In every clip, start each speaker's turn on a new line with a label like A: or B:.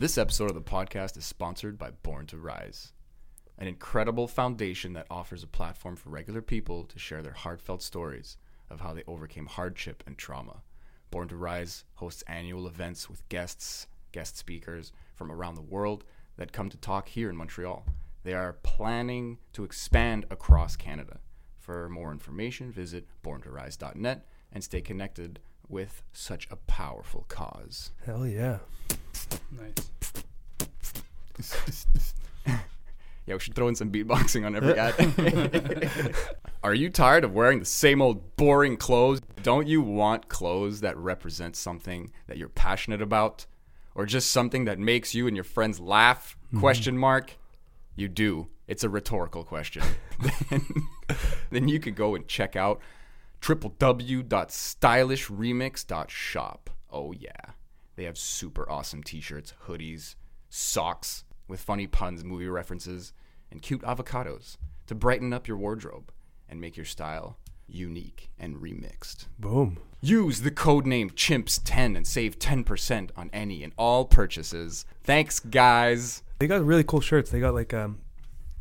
A: This episode of the podcast is sponsored by Born to Rise, an incredible foundation that offers a platform for regular people to share their heartfelt stories of how they overcame hardship and trauma. Born to Rise hosts annual events with guests, guest speakers from around the world that come to talk here in Montreal. They are planning to expand across Canada. For more information, visit borntorise.net and stay connected with such a powerful cause.
B: Hell yeah.
C: Nice.
A: Yeah, we should throw in some beatboxing on every ad. Are you tired of wearing the same old boring clothes? Don't you want clothes that represent something that you're passionate about? Or just something that makes you and your friends laugh? Question mark. You do. It's a rhetorical question. then, then you could go and check out www.stylishremix.shop. Oh yeah. They have super awesome t-shirts, hoodies, socks with funny puns, movie references, and cute avocados to brighten up your wardrobe and make your style unique and remixed.
B: Boom.
A: Use the code name CHIMPS10 and save 10% on any and all purchases. Thanks guys.
B: They got really cool shirts. They got like um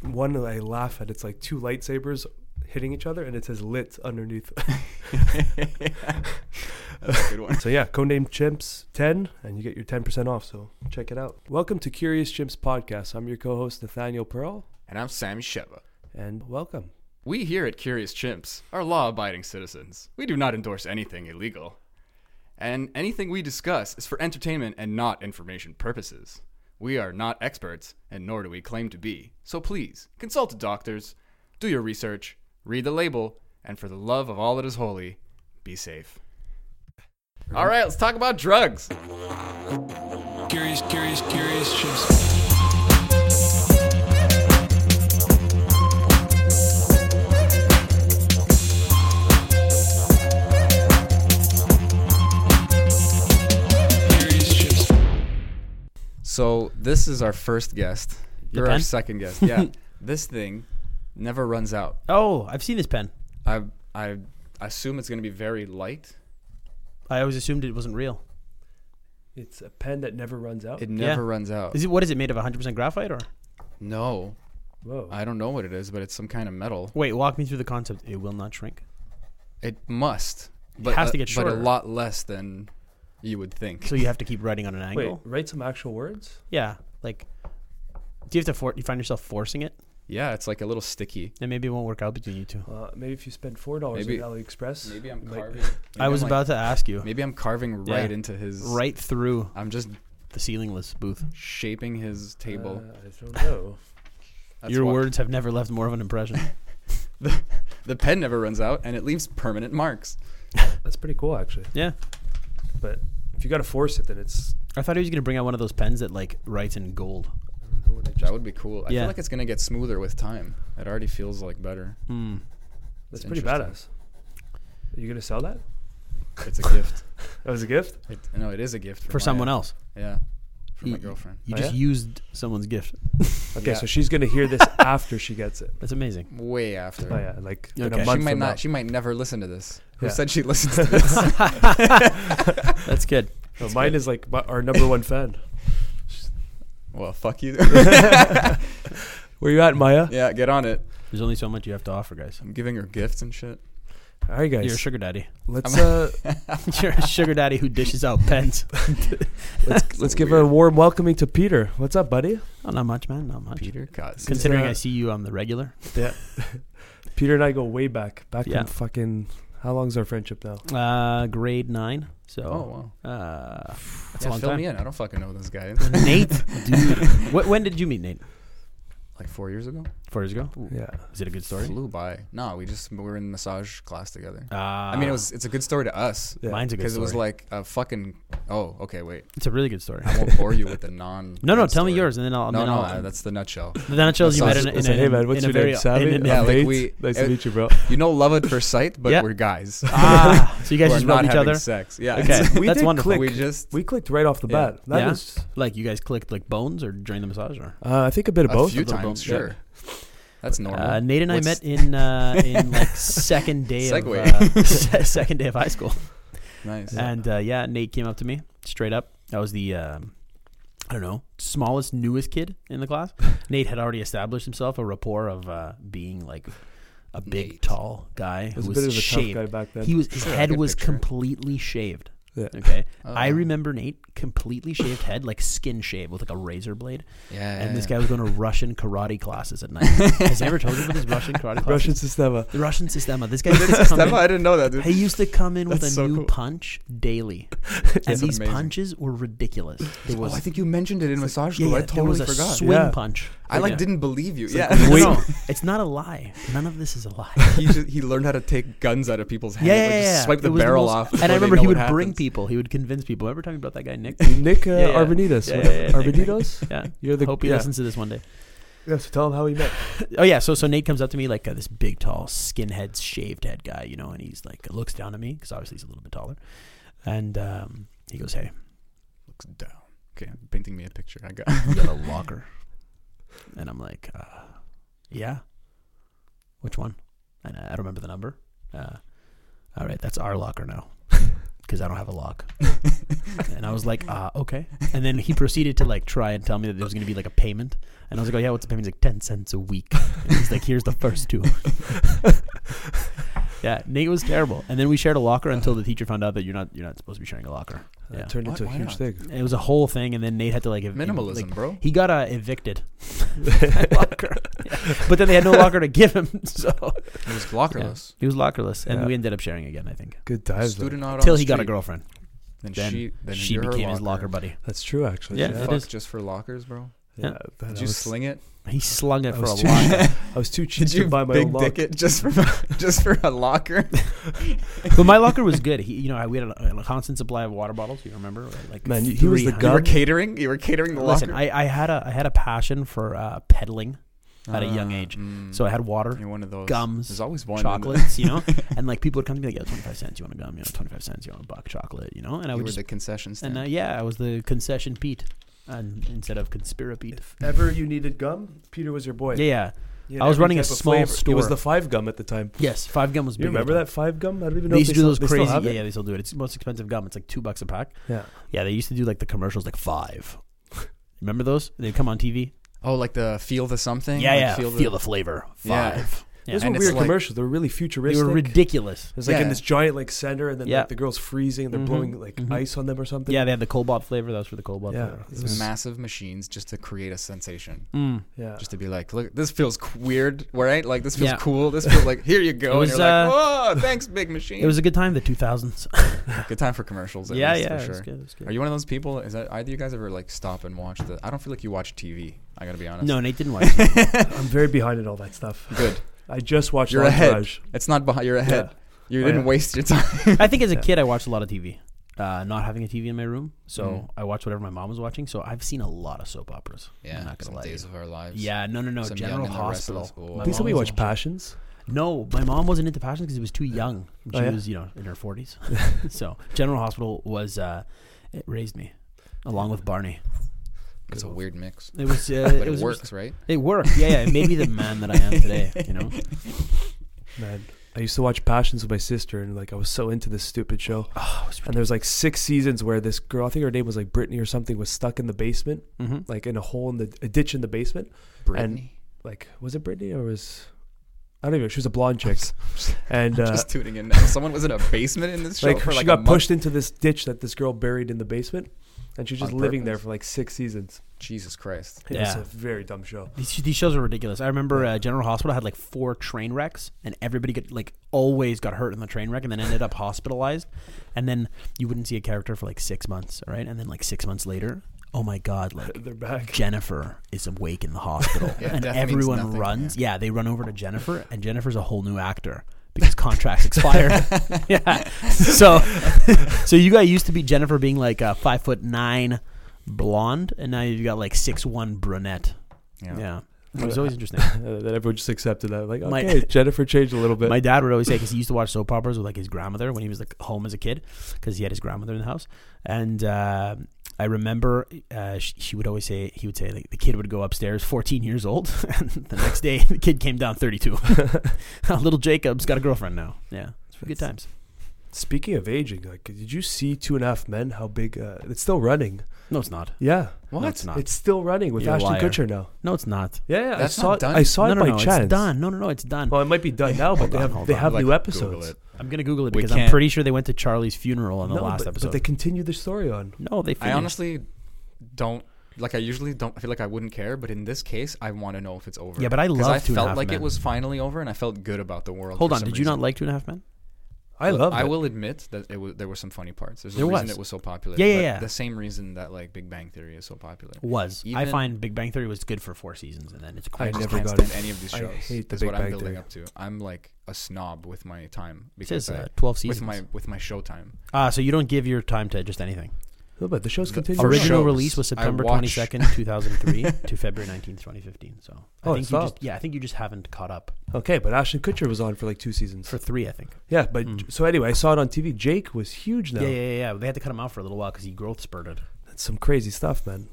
B: one that I laugh at. It's like two lightsabers hitting each other and it says lit underneath.
A: That's a good one.
B: so yeah, codename chimps 10 and you get your 10% off. So check it out. Welcome to Curious Chimps podcast. I'm your co-host Nathaniel Pearl
A: And I'm Sam Sheva.
B: and welcome.
A: We here at Curious Chimps are law abiding citizens. We do not endorse anything illegal. And anything we discuss is for entertainment and not information purposes. We are not experts, and nor do we claim to be. So please, consult the doctors, do your research, read the label, and for the love of all that is holy, be safe. All right, let's talk about drugs.
C: Curious, curious, curious chimps. Curious chimps.
A: So this is our first guest. You're our
D: pen?
A: second guest. Yeah. this thing never runs out.
D: Oh, I've seen this pen.
A: I I assume it's going to be very light.
D: I always assumed it wasn't real.
B: It's a pen that never runs out.
A: It never
D: Yeah.
A: runs out.
D: Is it what is it made of? 100% graphite or?
A: no,
B: Whoa.
A: I don't know what it is, but it's some kind of metal.
D: Wait, walk me through the concept. It will not shrink.
A: It must. But
D: has
A: a,
D: to get
A: but a
D: shorter.
A: lot less than you would think.
D: So you have to keep writing on an angle.
B: Wait, write some actual words?
D: Yeah, like do you have to for- you find yourself forcing it?
A: Yeah, it's like a little sticky.
D: And maybe it won't work out between you two.
B: Uh, maybe if you spend $4 on
A: Maybe-
B: AliExpress.
A: Maybe I'm
B: you might-
A: carving.
D: I was about to ask you.
A: Maybe I'm carving right
D: Yeah.
A: into his.
D: Right through
A: I'm just
D: the ceilingless booth.
A: shaping his table.
B: Uh, I don't know.
A: That's
D: Your
A: why-
D: words have never left more of an impression.
A: The pen never runs out, and it leaves permanent marks.
B: That's pretty cool actually.
D: yeah.
B: But if you got to force it then it's
D: I thought he was going to bring out one of those pens that like writes in gold.
B: I don't know what it
A: That would be cool. I
D: Yeah.
A: feel like it's gonna get smoother with time. It already feels like better.
D: Hmm.
B: That's
A: It's
B: pretty badass.
A: interesting.
B: Are you gonna sell that?
A: It's a gift.
B: That was a gift.
A: It, no, it is a gift
D: For
A: my-
D: someone else.
A: Yeah, for my
D: Mm.
A: girlfriend.
D: You
B: Oh,
D: just
B: yeah?
D: used someone's gift.
B: Okay,
A: Yeah.
B: so she's gonna hear this after she gets it.
D: That's amazing.
A: Way after.
B: Oh yeah, like in
D: Okay.
B: a
D: She
B: month
A: she might
B: from
A: not.
B: now.
A: She might never listen to this. Who
B: Yeah.
A: said she listens to this?
D: That's good.
B: No, mine is like my, our number one fan.
A: well, fuck you.
B: Where you at, Maya?
A: yeah, get on it.
D: There's only so much you have to offer, guys.
A: I'm giving her gifts and shit.
B: All right,
D: You're a
B: guys.
D: sugar daddy.
B: Let's uh,
D: You're a sugar daddy who dishes out pens.
B: let's let's give a warm welcoming to Peter. What's up, buddy?
D: Oh, not much, man. Not much.
A: Peter Cotton.
D: Considering
B: uh,
D: I see you on the regular,
B: Yeah, Peter and I go way back. Back
D: Yeah.
B: from fucking. How long's our friendship now?
D: uh, grade nine. So
A: Oh wow.
D: uh, that's
A: Yeah,
D: a long
A: fill
D: time.
A: me in. I don't fucking know this guy.
D: Nate, dude. Wh- when did you meet Nate?
A: like four years ago.
D: Four years ago.
B: Yeah.
D: Is it a good story?
A: Flew by. No, we just we were in massage class together.
D: Uh,
A: I mean, it was. It's a good story to us
B: Yeah.
D: Mine's a good
A: because it
D: story.
A: was like a fucking. Oh, okay, wait.
D: it's a really good story.
A: I won't bore you with the non.
D: No, no.
A: good
D: Tell me
A: story.
D: yours, and then I'll.
A: No,
D: then
A: no,
D: I'll,
A: uh, that's the nutshell.
D: the nutshell's you met
A: that's-
D: in, a- in,
B: It's
D: a-
B: like, hey man, what's
D: in
B: your
D: a very
B: name? Savvy.
D: in a-
A: Yeah,
B: I'm
A: like
B: Nate.
A: we-
B: nice
D: eh,
A: it-
B: to meet you, bro.
A: You know, love at first sight, but
D: Yeah.
A: we're guys.
D: ah, so you guys
A: We're
D: just
A: not
D: rubbed each
A: having
D: other.
A: sex. Yeah.
D: Okay,
A: it's-
B: We
D: that's
B: did
D: wonderful.
B: click.
A: We just.
B: We clicked right off the
A: Yeah.
B: bat. That
D: Yeah?
B: was,
D: Like you guys clicked like bones or during the massage or.
B: uh, I think a bit of
A: a
B: both.
A: few
D: of them,
A: times,
D: yeah.
A: sure. That's normal.
D: Uh, Nate and
A: What's-
D: I met in uh, in like second day of
A: Segue.
D: uh, se- second day of high school,
A: nice.
D: and uh, yeah, Nate came up to me straight up. That was the um, I don't know, smallest, newest kid in the class. Nate had already established himself a rapport of uh, being like a big,
A: Nate.
D: tall guy
B: was
D: who
B: a
D: was
B: bit of a
D: shaved.
B: tough guy back then.
D: He was his
A: Sure, I
D: head
A: can
D: was
A: picture it.
D: completely shaved.
B: Yeah.
D: Okay,
A: Oh.
D: I remember Nate completely shaved head, like skin shave with like a razor blade.
A: Yeah.
D: And this guy was going to Russian karate classes at night. Has I ever told you about his Russian karate classes?
B: Russian Sistema.
D: The Russian Sistema. This guy used to come in.
A: I didn't know that, dude.
D: He used to come in with
A: That's
D: a
A: so
D: new
A: cool.
D: punch daily, and
A: That's
D: these
A: amazing.
D: punches were ridiculous. There was
A: oh, I think you mentioned it in massage
D: yeah,
A: school. I
D: yeah, there was
A: totally
D: a
A: forgot.
D: swing
B: Yeah.
D: punch.
A: I like
D: Yeah.
A: didn't believe you.
D: It's
A: Yeah.
D: like, no,
B: Wait.
D: no, it's not a lie. None of this is a lie.
A: he just, he learned how to take guns out of people's hands.
D: Yeah,
A: like,
D: yeah,
A: just
D: yeah.
A: Swipe the
D: It was
A: barrel
D: most-
A: off. before
D: And
A: they
D: I remember he
A: know
D: would
A: what
D: bring
A: happens.
D: people. He would convince people. Remember talking about that guy Nick?
B: Nick uh,
D: Yeah, yeah.
B: Arvenitas.
D: Yeah, yeah, yeah, Nick, Nick.
B: Arvenitas?
D: Yeah.
B: You're the
D: Hope he
B: yeah.
D: listens to this one day.
B: Yeah, so tell him how he met.
D: Oh yeah, so so Nate comes up to me like uh, this big, tall, skinhead, shaved head guy, you know, and he's like looks down at me because obviously he's a little bit taller, and um, he goes, "Hey,
A: Looks down. Okay, I'm painting me a picture. I got.
D: you got a locker?" and I'm like, uh, "Yeah, which one?" And I I don't remember the number. Uh, all right, that's our locker now because I don't have a lock. and I was like, uh, okay. And then he proceeded to like try and tell me that there was going to be like a payment, and I was like, oh yeah, what's the payment? He's like ten cents a week. And he's like, here's the first two. Yeah, Nate was terrible. And then we shared a locker until the teacher found out that you're not you're not supposed to be sharing a locker.
B: That
D: Yeah.
B: turned
A: Why-
B: into a
A: why
B: huge
A: not?
B: thing.
D: It was a whole thing, and then Nate had to like ev-
A: Minimalism,
D: like-
A: bro.
D: he got uh, evicted, locker. Yeah. But then they had no locker to give him, so
A: It was lockerless.
D: he was lockerless, and
B: Yeah.
D: we ended up sharing again. I think
B: Good times. though.
A: Student out
D: until
A: on the
D: he got a
A: street.
D: girlfriend.
A: Then,
D: Then
A: she then
D: she
A: you're her
D: became his locker buddy.
B: That's true, actually.
D: Yeah,
A: You
D: it
A: fuck
D: is.
A: just for lockers, bro.
D: Yeah.
B: that-
A: Did
B: I
A: you
B: was-
A: sling it?
D: He slung it
B: I
D: for a
B: was too-
D: locker.
B: I was too cheap
A: Did
B: to
A: you
B: buy my own
A: big
B: lock.
A: dick it just for just for a locker?
D: but my locker was good. He, you know, I- we had a, a constant supply of water bottles. You remember, like
B: Man, he was the
D: 300.
A: You were
B: gun.
A: catering. You were catering the
D: Listen,
A: locker
D: I, I had a I had a passion for uh, peddling, at a young
A: Ah,
D: age.
A: mm.
D: so I had water.
A: you're one of those
D: gums,
A: There's always one in the-
D: chocolates, you know? And like people would come to me like, yeah, 25 cents, you want a gum, you know, 25 cents, you want a buck chocolate, you know? And I
A: You
D: would
A: were
D: just,
A: the concession stand.
D: and uh, yeah, I was the concession Pete and instead of conspira Pete.
B: If ever you needed gum, Peter was your boy.
D: Yeah, yeah.
B: You had
D: I was
B: every
D: running a
B: type of
D: small
B: flavor. It was
D: store.
B: the five gum at the time.
D: Yes, five gum was
B: You
D: big. at
B: remember
D: the
B: that
D: time.
B: five gum? I don't even know
D: They
B: if
D: used to do
B: still-
D: those
B: they still
D: crazy.
B: have
D: Yeah,
B: it.
D: yeah, they still do it. It's the most expensive gum. It's like two bucks a pack.
B: Yeah.
D: Yeah, they used to do like the commercials, like five. Remember those? They'd come on TV.
A: oh, like the feel the something.
D: Yeah,
A: Like
D: yeah. Feel the, flavor.
A: Yeah.
D: Five. Yeah.
B: Those
A: And
B: were
A: it's
B: weird
A: like-
B: commercials. They were really
D: They
B: futuristic.
D: were ridiculous.
B: It was like in
A: Yeah.
B: this giant like center, and then
D: Yeah.
B: like the girl's freezing, and they're
D: Mhm.
B: blowing like
D: Mhm.
B: ice on them or something.
D: Yeah, they had the Cobalt flavor. That was for the Cobalt
B: Yeah.
D: flavor.
B: It was-
A: massive machines just to create a sensation.
D: Mm.
B: yeah.
A: Just to be like, look, this feels c- weird, right? Like this feels
D: Yeah.
A: cool. This feels like here you go,
D: It was,
A: and you're
D: uh,
A: like, whoa, thanks, big machine.
D: It was a good time, the 2000s.
A: good time for commercials. At
D: yeah,
A: least,
D: yeah.
A: for
D: It was
A: sure.
D: good. It was good.
A: Are you one of those people? Is that either you guys ever like stop and watch the? I don't feel like you watch TV. I gotta be honest.
D: No, Nate didn't watch it.
B: I'm very behind in all that stuff.
A: Good.
B: I just watched
A: You're ahead.
B: Entourage.
A: It's not behind. You're ahead. You
B: Oh,
A: didn't
B: yeah.
A: waste your time.
D: I think as a
B: Yeah.
D: kid, I watched a lot of TV. Uh, not having a TV in my room, so
A: Mm.
D: I watched whatever my mom was watching. So I've seen a lot of soap operas. I'm not gonna
A: some
D: lie. to
A: days
D: you.
A: of our lives.
D: Yeah, no, no, no.
A: Some Young
D: General
A: and the
D: Hospital.
A: Restless.
D: My
A: Oh.
B: Please
D: mom
B: tell me you
D: was
B: watch
D: watching-
B: Passions.
D: No, my mom wasn't into Passion because it was too young. She
B: Oh, yeah?
D: was, you know, in her forties. so General Hospital was uh, it raised me, along with Barney.
A: It's a weird mix.
D: It was. Uh,
A: But
D: it,
A: it,
D: was
A: works, right?
D: It worked. Yeah, yeah. It made me the man that I am today. You know.
B: Man, I used to watch Passions with my sister, and like I was so into this stupid show.
A: Oh,
B: and there was like six seasons where this girl, I think her name was like Brittany or something, was stuck in the basement,
D: hmm
B: like in a hole in the a ditch in the basement.
A: Brittany.
B: Like, was it Brittany or was I don't even. know. She was a blonde chick, and uh,
A: just tuning in now. Someone was in a basement in this show
B: like
A: for like
B: she
A: a
B: got
A: month.
B: pushed into this ditch that this girl buried in the basement, and she's just
A: On
B: living there
A: purpose?
B: for like six seasons.
A: Jesus Christ.
B: It was
D: Yeah.
B: a very dumb show.
D: These, these shows are ridiculous. I remember uh, General Hospital had like four train wrecks, and everybody got like always got hurt in the train wreck, and then ended up hospitalized. And then you wouldn't see a character for like six months, all right? And then like six months later, oh my god, like
B: They're back.
D: Jennifer is awake in the hospital,
A: Yeah,
D: and
A: death means
D: everyone
A: nothing,
D: runs. Yeah. they run over to Jennifer, and Jennifer's a whole new actor because contracts expire. yeah, so so you got used to be Jennifer being like uh, five foot nine, blonde, and now you've got like six one brunette.
A: Yeah.
D: yeah. It was always interesting.
B: Uh, that everyone just accepted that. Like,
D: My-
B: okay, Jennifer changed a little bit.
D: My dad would always say because he used to watch soap operas with like his grandmother when he was like home as a kid because he had his grandmother in the house. And uh, I remember uh, she, she would always say he would say like the kid would go upstairs, 14 years old, and the next day the kid came down 32. Little Jacob's got a girlfriend now. Yeah, it's good times.
B: Speaking of aging, like, did you see Two and a Half Men? How big? Uh, it's still running.
D: No, it's not.
B: Yeah.
D: What? No, it's not.
B: It's still running with
D: You're a
B: Ashton
D: liar.
B: Kutcher now.
D: no, it's not.
B: Yeah, yeah,
A: That's
B: I saw
A: not
B: it.
A: done?
B: I saw
D: no,
B: it
D: no,
B: by
D: no,
B: chance.
D: It's done. No, no, no, it's done.
B: Well, it might be done now, but
D: Hold
B: they
D: on,
B: have
D: hold
B: they
D: on.
B: have
A: Like,
B: new
A: Google
B: episodes.
A: it.
D: I'm gonna Google it
A: We
D: because
A: can't-
D: I'm pretty sure they went to Charlie's funeral on the
B: no,
D: last
B: but,
D: episode.
B: but they continued the story on.
D: no, they.
A: I
D: Finished.
A: honestly don't like. I usually don't I feel like I wouldn't care, but in this case, I want to know if it's over.
D: Yeah, but I
A: 'Cause
D: love
A: I
D: Two and a
A: felt
D: Half
A: like it
D: Men.
A: was finally over, and I felt good about the world.
D: Hold
A: for
D: on.
A: some
D: Did you
A: reason.
D: not like Two and a Half Men?
B: I love
A: I
B: it.
A: will admit that it was, there were some funny parts. There's a
D: There
A: reason
D: was.
A: it was so popular.
D: Yeah, yeah,
A: but
D: yeah.
A: The same reason that like Big Bang Theory is so popular.
D: Was I
A: Even-
D: find Big Bang Theory was good for four seasons and then it's
B: I
A: I,
D: quite
A: just
B: never
A: can't
B: got
A: stand
B: it.
A: any of these
B: I
A: shows.
B: hate the
A: is
B: Big
A: what I'm
B: Bang
A: building
B: Theory.
A: up to. I'm like a snob with my time
D: It says
A: because I,
D: uh, twelve seasons.
A: with my with my show time.
D: Ah, so you don't give your time to just anything.
B: No, but the show's
A: The
B: continuing.
A: first
D: Original
A: shows
D: release was
A: I
D: September
A: watch-
D: twenty second, two thousand three, to February nineteenth, twenty fifteen. So I
B: Oh,
D: think
B: it's
D: you
B: up.
D: just yeah, I think you just haven't caught up
B: Okay, but Ashton Kutcher was on for like two seasons.
D: for three. I think.
B: yeah, but
D: Mm.
B: so anyway, I saw it on TV. Jake was huge now.
D: Yeah, yeah, yeah, yeah. They had to cut him out for a little while because he growth spurted.
B: That's some crazy stuff, man.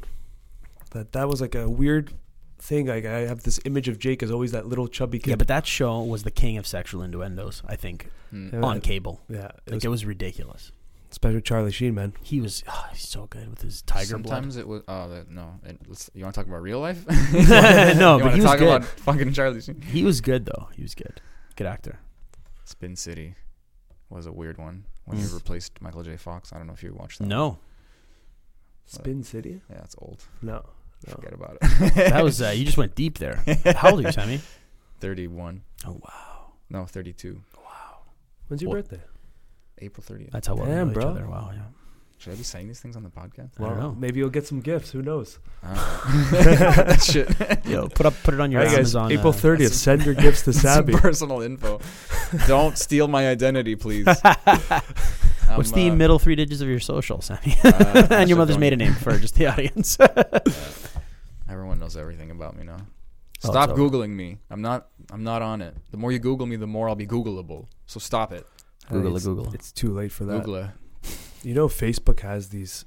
B: That that was like a weird thing. Like I have this image of Jake as always that little chubby kid.
D: Yeah, but that show was the king of sexual innuendos. I think
A: Mm.
B: Yeah,
D: on cable,
B: yeah, it
D: like
B: was,
D: Uh, it was ridiculous.
B: especially Charlie Sheen, man.
D: He was ah, he's so good with his tiger blood.
A: Sometimes it was. Oh that- no! It, let's, you want to talk about real life?
D: no,
A: you
D: but
A: wanna
D: he was
A: talk
D: good.
A: about fucking Charlie Sheen.
D: He was good though. He was good. Good actor.
A: Spin City was a weird one when he
D: Mm.
A: replaced Michael J. Fox. I don't know if you watched that.
D: No,
B: Spin City?
A: Yeah, it's old.
B: No, no.
A: Forget about it.
D: that was uh, you just went deep there. How old are you, Sammy?
A: Thirty-one.
D: Oh wow,
A: No, thirty-two.
B: When's your
D: What?
B: birthday?
A: April thirtieth.
D: that's how well
B: Damn,
D: we know
B: bro.
D: each other. Wow, yeah.
A: Should I be saying these things on the podcast?
D: I don't know.
B: maybe you'll get some gifts. Who knows?
A: Oh. that shit.
D: Yo, put up, put it on your
B: All right, guys,
D: Amazon.
B: April
D: uh,
B: thirtieth.
A: that's-
B: Send your gifts to
A: Some
B: Sabby.
A: personal info. Don't steal my identity, please.
D: What's
A: I'm,
D: the
A: uh,
D: middle three digits of your social, Sammy?
A: uh,
D: and your mother's
A: don't-
D: maiden name for just the audience.
A: Everyone knows everything about me now.
D: Oh,
A: Stop
D: it's over.
A: googling me. I'm not. I'm not on it. The more you Google me, the more I'll be Googleable. So stop it.
D: Google it,
B: it's,
D: Google it.
B: It's too late for that.
A: Google it.
B: You know, Facebook has these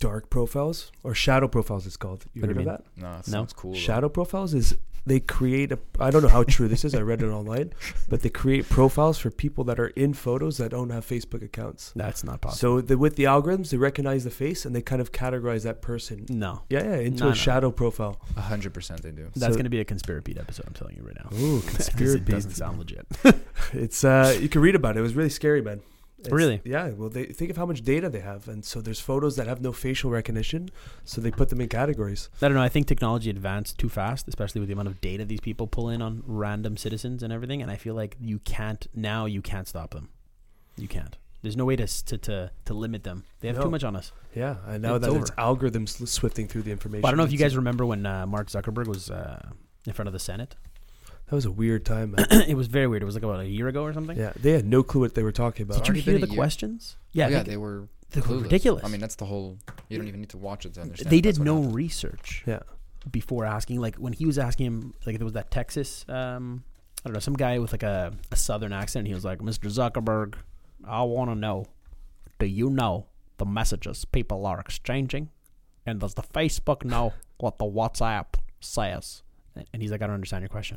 B: dark profiles or shadow profiles. It's called. You
D: What do
B: heard
D: you
B: of
D: mean?
B: that?
A: No, it
D: No.
A: sounds cool. though.
B: Shadow profiles is they create a. I don't know how true this is. I read it online, but they create profiles for people that are in photos that don't have Facebook accounts.
D: That's not possible.
B: So the, with the algorithms, they recognize the face and they kind of categorize that person.
D: no,
B: Yeah, yeah, into
D: No,
B: a
D: no.
B: shadow profile.
A: A hundred percent, they do.
D: that's
B: So-
D: going to be a conspirapede episode. I'm telling you right now.
B: Ooh,
D: 'Cause
B: conspiracy.
D: It doesn't sound legit.
B: It's uh, you can read about it. It was really scary, man. It's-
D: Really?
B: Yeah. Well, they think of how much data they have, and so there's photos that have no facial recognition, so they put them in categories.
D: I don't know. I think technology advanced too fast, especially with the amount of data these people pull in on random citizens and everything. And I feel like you can't now. You can't stop them. You can't. There's no way to s- to to, to limit them. They have
B: No.
D: too much on us.
B: Yeah, and now
D: It's
B: that
D: over.
B: it's algorithms swifting through the information.
D: But I don't know if you
B: it's-
D: guys remember when uh, Mark Zuckerberg was uh, in front of the Senate.
B: That was a weird time, man.
D: it was very weird. It was like about a year ago or something.
B: yeah, they had no clue what they were talking about.
D: Did you
A: Already
D: hear
A: been a
D: the
A: year. Oh,
D: questions? Yeah, I
A: yeah,
D: think
A: they were.
D: they were
A: clueless.
D: ridiculous.
A: I mean, that's the whole. You don't even need to watch it to understand.
D: they
A: that that's
D: did
A: what
D: no
A: happened.
D: research
B: Yeah.
D: before asking. Like when he was asking him, like there was that Texas, um, I don't know, some guy with like a, a southern accent. He was like, "Mr. Zuckerberg, I want to know, do you know the messages people are exchanging, and does the Facebook know what the WhatsApp says?" And- And he's like, "I don't understand your question.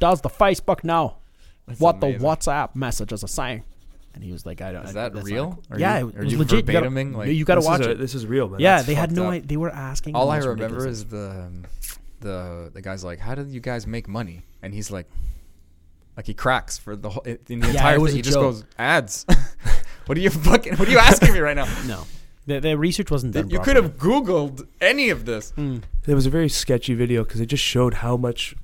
D: does the Facebook know
A: That's
D: what
A: amazing.
D: the WhatsApp messages are saying?" And he was like, "I don't."
A: Is
D: I-
A: that
D: that's not
A: real?
D: cool.
A: Are
D: yeah,
A: you-
D: it
A: are
D: was
A: you
D: legit. You gotta-
A: verbatiming, like-
D: you got to
B: This is
D: watch
B: a-
D: it.
B: This is real, man.
D: Yeah,
A: That's
D: they had
A: fucked
D: no.
A: up.
D: i- They were asking.
A: All
D: the
A: I
D: most
A: remember
D: ridiculous-
A: is the um, the the guy's like, "How do you guys make money?" And he's like, like he cracks for the whole in the
D: Yeah,
A: entire.
D: it was
A: thing, he
D: a
A: just
D: joke.
A: goes ads. what are you fucking? What are you asking me right now?
D: no. The, the research wasn't done.
A: you hmm. could have Googled any of this.
D: properly. Mm.
B: It was a very sketchy video because it just showed how much,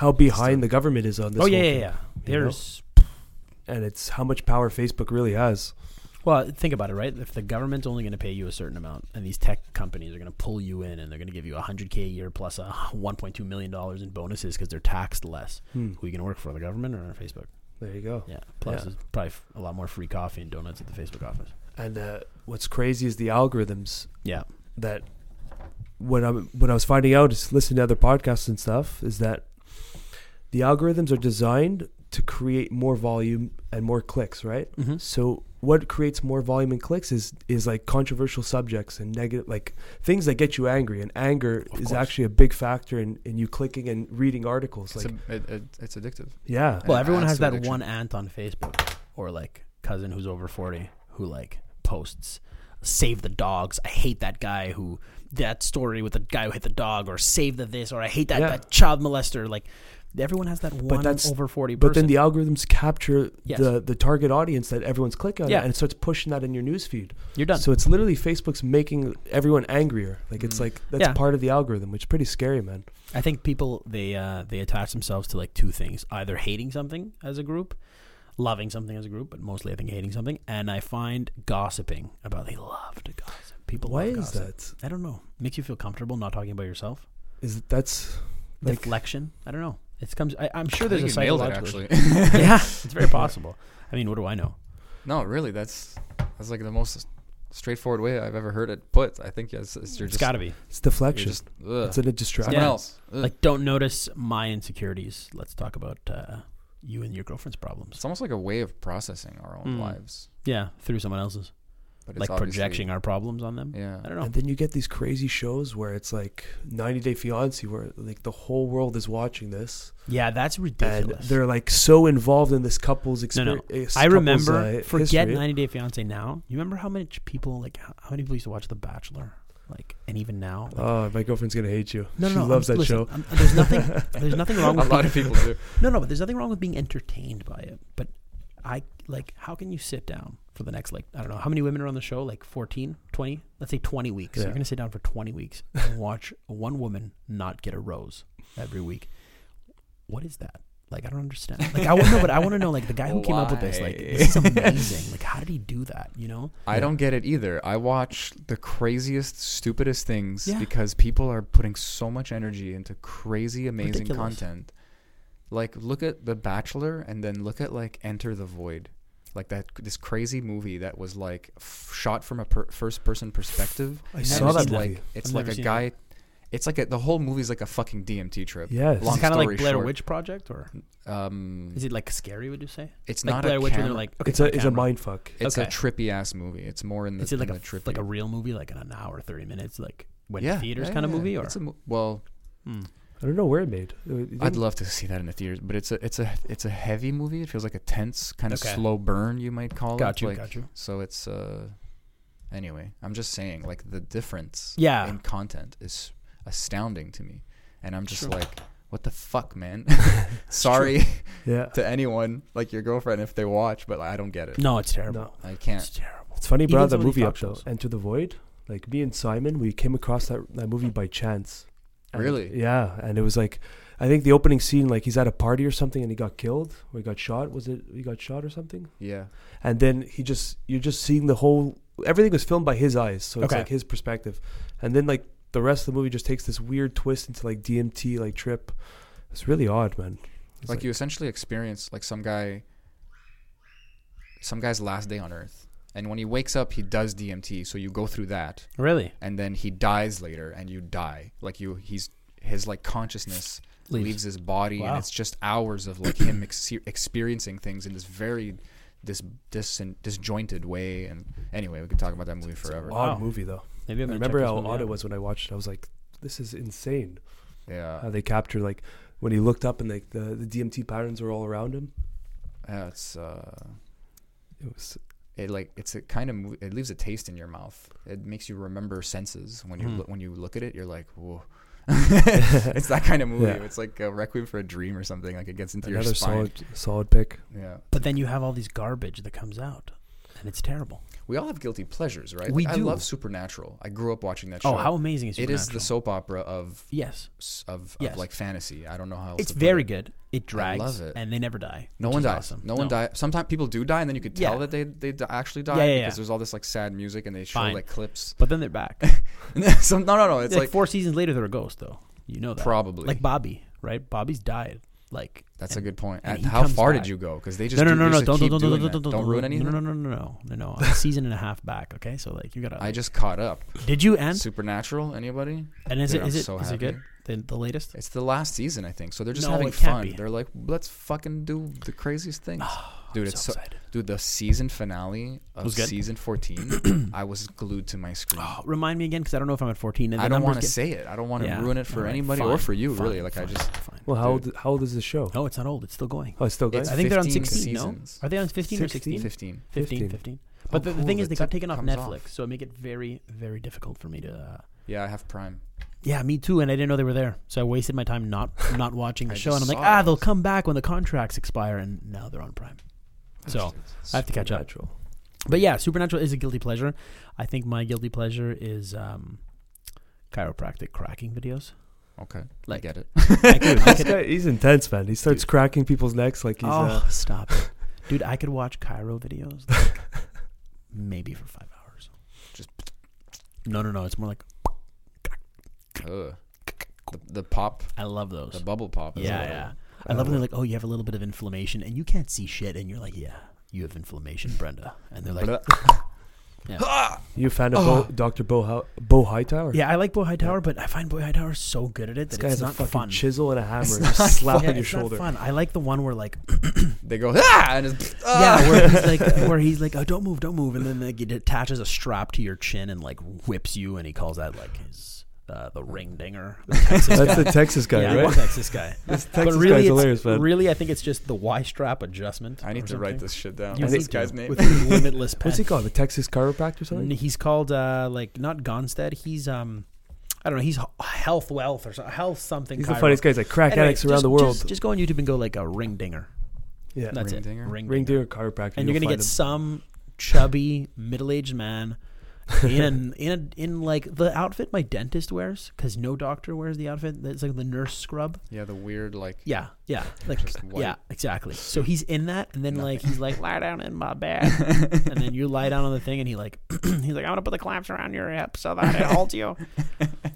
B: how behind the government is on this.
D: Oh yeah,
B: whole
D: yeah,
B: thing.
D: yeah.
B: you know?
D: There's.
B: and it's how much power Facebook really has.
D: Well, think about it, right? If the government's only going to pay you a certain amount, and these tech companies are going to pull you in, and they're going to give you 100k a year plus a 1.2 million dollars in bonuses because they're taxed less.
B: Hmm.
D: Who you going to work for, the government or Facebook?
B: There you go.
D: Yeah. Plus,
B: Yeah.
D: there's probably f- a lot more free coffee and donuts at the Facebook office.
B: And uh, what's crazy is the algorithms
D: Yeah.
B: that when I when I was finding out, just listening to other podcasts and stuff, is that the algorithms are designed to create more volume and more clicks, right?
D: Mm-hmm.
B: So what creates more volume and clicks is is like controversial subjects and negative like things that get you angry and anger
D: Of
B: is
D: course.
B: actually a big factor in, in you clicking and reading articles
A: It's,
B: like
A: a, it, it, it's addictive.
B: yeah
D: Well,
A: And
D: everyone
A: adds
D: has
A: to
D: that
A: addiction.
D: one aunt on Facebook or like cousin who's over 40 who like posts, save the dogs. I hate that guy who that story with the guy who hit the dog, or save the this, or I hate that,
B: Yeah.
D: that child molester. Like everyone has that one
B: that's-
D: over forty.
B: But then
D: person.
B: the algorithms capture
D: Yes.
B: the, the target audience that everyone's clicking on,
D: Yeah.
B: and it starts pushing that in your newsfeed.
D: you're done.
B: So it's literally Facebook's making everyone angrier. Like it's
C: Mm.
B: like that's
D: Yeah.
B: part of the algorithm, which is pretty scary, man.
D: I think people they uh, they attach themselves to like two things: either hating something as a group, loving something as a group, but mostly I think hating something. And I find gossiping about they love to gossip. People
B: Why
D: love
B: is
D: gossip.
B: that?
D: I don't know. Makes you feel comfortable not talking about yourself.
B: Is it- that's like
D: Deflection. I don't know. It comes. I, I'm sure
A: I
D: there's a
A: think you nailed it,
D: psychological.
A: actually.
D: yeah, it's very possible. I mean, what do I know?
A: No, really, that's that's like the most straightforward way I've ever heard it put. I think yes, it's, you're
D: It's
A: just
D: got to be
B: it's
A: you're
B: deflection.
A: just ugh.
B: it's a
A: someone
B: distraction.
D: Yeah.
A: else. Ugh.
D: like don't notice my insecurities. Let's talk about uh, you and your girlfriend's problems.
A: it's almost like a way of processing our own
B: Mm.
A: lives,
D: Yeah, through someone else's,
A: but it's
D: Hmm. like
A: obviously-
D: projecting our problems on them.
A: Yeah,
D: I don't know.
B: And then you get these crazy shows where it's like 90 Day Fiance, where like the whole world is watching this,
D: Yeah, that's ridiculous.
B: and they're like so involved in this couple's uh,
D: No, no.
B: experience.
D: I remember. forget 90 Day Fiance now. You remember how many people like how how many people used to watch The Bachelor? Like, and even now. like-
B: Oh, my girlfriend's gonna hate you.
D: no, no,
B: she
D: no,
B: loves that
D: I'm- listen,
B: show.
D: I'm- there's nothing. There's nothing
A: a
D: wrong with
A: lot of people do.
D: No, no, but there's nothing wrong with being entertained by it. But I like how can you sit down for the next like I don't know how many women are on the show like 14, 20? Let's say 20 weeks. You're
B: Yeah.
D: going to sit down for 20 weeks and watch one woman not get a rose every week. What is that? Like I don't understand. Like I want to know, but I want to know like the guy who came up with this like this is
A: Why?
D: amazing. Like how did he do that, you know?
A: I don't get it either. I watch the craziest, stupidest things
D: Yeah.
A: because people are putting so much energy into crazy, amazing
D: Ridiculous.
A: content. Like, look at The Bachelor, and then look at like Enter the Void, like that this crazy movie that was like f- shot from a per- first-person perspective.
B: I
A: and
B: saw
A: it's
B: that
A: like,
B: movie.
A: It's
D: I've
A: like
D: never
A: a
D: seen
A: guy. It's like a, the whole movie's like a fucking DMT trip.
B: Yes.
D: Is
A: Long
D: it kind of like
A: story
D: Blair
A: short.
D: Witch Project or
A: Um,
D: is it like scary would you say?
A: it's
D: Like
A: not
D: Blair
A: a
D: Witch where
A: camera,
D: they're like okay,
B: it's a
D: not
B: it's a
D: camera.
B: mind fuck.
A: It's a
D: okay.
A: trippy ass movie. It's more in the,
D: Is it like
A: in
D: a
A: the trippy.
D: like a real movie like in an hour 30 minutes like when
A: yeah,
D: theaters
A: yeah,
D: kind of
A: yeah.
D: movie or
A: It's a mo- well,
D: Hmm.
B: I don't know where it made. It- it
A: I'd
B: didn't-
A: love to see that in the theaters, but it's a it's a it's a heavy movie. It feels like a tense kind of
D: Okay.
A: slow burn, you might call
D: Got
A: it.
D: you,
A: like,
D: got you.
A: So it's uh, anyway. I'm just saying, like the difference
D: Yeah.
A: in content is astounding to me, and I'm just
D: True.
A: like, what the fuck, man? Sorry
B: yeah.
A: to anyone like your girlfriend if they watch, but I don't get it.
D: No, it's terrible.
B: No.
A: I can't.
D: It's terrible.
B: It's funny you
D: Even
B: brought that
D: some of the
B: movie
D: fuck
B: up though.
D: shows.
B: Enter the Void. Like me and Simon, we came across that, that movie by chance. And-
A: Really?
B: Yeah. And it was like I think the opening scene, like he's at a party or something and he got killed or he got shot. Was it he got shot or something?
A: Yeah,
B: And then he just you're just seeing the whole everything was filmed by his eyes, so it's
D: Okay.
B: like his perspective. And then like the rest of the movie just takes this weird twist into like DMT like trip. It's really odd, man. It's
A: like, you essentially experience like some guy, some guy's last day on Earth, and when he wakes up, he does DMT. So you go through that.
D: Really?
A: and then he dies later and you die like you he's his like consciousness
D: Leaves.
A: leaves, his body
D: Wow.
A: and it's just hours of like him ex- experiencing things in this very this dis- disjointed way and anyway we could talk about that movie forever
B: odd
D: Wow.
B: movie though.
D: Maybe I'm
B: I
D: gonna
B: remember
D: check
B: how
D: this movie
B: odd
D: out.
B: it was when I watched it. I was like, this is insane. how
A: yeah
B: uh, they capture like when he looked up and like the, the DMT patterns were all around him.
A: yeah it's uh
B: It was
A: it like it's a kind of mo- it leaves a taste in your mouth it makes you remember senses when you
D: Hmm.
A: loo- when you look at it you're like whoa it's that kind of movie
B: Yeah.
A: it's like a requiem for a dream or something like it gets into your
B: another
A: spine
B: solid solid pick.
A: yeah
D: But then you have all these garbage that comes out, and it's terrible.
A: We all have guilty pleasures, right?
D: We
A: Like,
D: do.
A: I love Supernatural. I grew up watching that show.
D: Oh, how amazing is
A: it is the
D: Supernatural?
A: soap opera of
D: Yes,
A: of,
D: Yes.
A: of like fantasy. I don't know how. else
D: it's
A: to put
D: very
A: it.
D: good. It drags,
A: love it.
D: and they never die.
A: No
D: which
A: one
D: is
A: dies.
D: Awesome.
A: No one dies. Sometimes people do die, and then you could tell
D: Yeah.
A: that they they di- actually die
D: Yeah, yeah, yeah.
A: because there's all this like sad music, and they show
D: Fine.
A: like clips.
D: But then they're back.
A: Some, no, no, no. It's
D: like,
A: like,
D: four seasons later, they're a ghost, though. You know that.
A: probably
D: Like Bobby, right? Bobby's died. Like
A: that's
D: and-
A: a good point.
D: and
A: And
D: he
A: how
D: comes
A: far
D: back.
A: did you go? Because they just
D: No, no,
A: do-
D: no,
A: they
D: no!
A: just
D: Don't, don't,
A: keep
D: don't,
A: doing
D: don't, don't,
A: that.
D: don't, don't,
A: ruin anything.
D: No, no, no, no, no, no, no! I'm a season and a half back. Okay, so like you gotta.
A: I just caught up.
D: Did you end?
A: Supernatural. Anybody?
D: And is
A: Dude,
D: it
A: I'm
D: is it is
A: so
D: it
A: happy.
D: good? The, the latest?
A: It's the last season, I think. So they're just
D: No,
A: having
D: it can't
A: fun.
D: be. Ah,
A: They're like, let's fucking do the craziest things, dude.
D: I'm
A: it's
D: so
A: so,
D: excited.
A: dude. The season finale of
D: Was good?
A: season fourteen, I was glued to my screen.
D: Oh, remind me again because I don't know if I'm at 14. And the
A: I don't
D: numbers
A: want to
D: get-
A: say it. I don't want to
D: Yeah.
A: ruin it for
D: All right,
A: anybody
D: fine,
A: or for you,
D: fine,
A: really. Like I
D: fine,
A: just,
D: fine.
B: Well, how
A: Dude.
B: old how old is the show?
D: No, it's not old. It's still going.
B: Oh, it's still going.
A: It's
D: I think they're on
A: 15
D: 16. No,
A: seasons.
D: are they on 15 or 16?
A: fifteen.
D: 15,
B: 15.
D: 15. But
A: Oh,
D: the, the
A: cool,
D: thing is,
A: the
D: they got
A: tip
D: taken off
A: comes
D: Netflix, so it make it very, very difficult for me to. Uh,
A: Yeah, I have Prime.
D: yeah, me too. And I didn't know they were there, so I wasted my time not not watching
A: I
D: the show. And
A: just
D: I'm like,
A: saw
D: ah,
A: it.
D: they'll come back when the contracts expire, and now they're on Prime. So I have to catch up.
B: Supernatural.
D: But yeah, Supernatural is a guilty pleasure. I think my guilty pleasure is um, chiropractic cracking videos.
A: Okay,
D: Like-
A: I get it.
D: I could- I
B: This
D: could-
B: guy, he's intense, man. He starts cracking people's necks like he's.
D: oh,
B: Uh,
D: stop, it. dude! I could watch Cairo videos, like, maybe for five hours.
A: Just-
D: no, no, no. It's more like
A: Ugh. The, the pop,
D: I love
A: the
D: those.
A: bubble pop. is
D: Yeah,
A: a little-
D: yeah. I love when they're like, "Oh, you have a little bit of inflammation," and you can't see shit, and you're like, "Yeah, you have inflammation, Brenda," and they're like,
A: Blah.
B: you a fan of Bo, Dr. Bo, How- Bo Hightower?
D: Oh. Yeah, I like Boy Hightower, but I find Boy Hightower so good at it
B: This
D: that
B: guy
D: it's
B: has a
D: not
B: fucking
D: fun.
B: chisel and a hammer. Just slap
D: yeah,
B: on your
D: it's not
B: shoulder.
D: fun. I like the one where like
A: They go ah, and it's ah.
D: yeah, where he's like where he's like oh don't move, don't move, and then like, it attaches a strap to your chin and like whips you, and he calls that like his uh, the ring dinger. The Texas
B: That's
D: guy.
B: the Texas guy,
D: yeah,
B: right?
D: the Texas guy.
B: This
D: but
B: Texas
D: really,
B: guy's
D: it's-
B: hilarious, man.
D: really, I think it's just the Y strap adjustment.
A: I need
D: or
A: to write
D: something.
A: this shit down.
D: You
A: What's
D: need
A: this
D: to,
A: guy's name?
D: with limitless pen.
B: What's he called? The Texas chiropractor or
D: N-
B: something?
D: He's called uh, like not Gonstead. He's um, I don't know. He's h- health wealth or so, health something.
B: He's the
D: chiro.
B: funniest guy. He's like crack
D: Anyway,
B: addicts around
D: just-
B: the world.
D: Just, just go on YouTube and go like a ring dinger.
B: yeah.
D: That's
A: Ring
D: it.
A: dinger?
D: Ring,
B: Ring deer
D: dinger.
B: chiropractor.
D: And
B: you'll
D: you're gonna
B: find
D: get
B: him.
D: some chubby middle aged man in a, in a, in like the outfit my dentist wears because no doctor wears the outfit. It's like the nurse scrub.
A: Yeah, the weird like.
D: Yeah, yeah, like
A: Just white.
D: yeah, exactly. So he's in that, and then like he's like lie down in my bed, and then you lie down on the thing, and he like he's like I'm gonna put the clamps around your hip so that it holds you,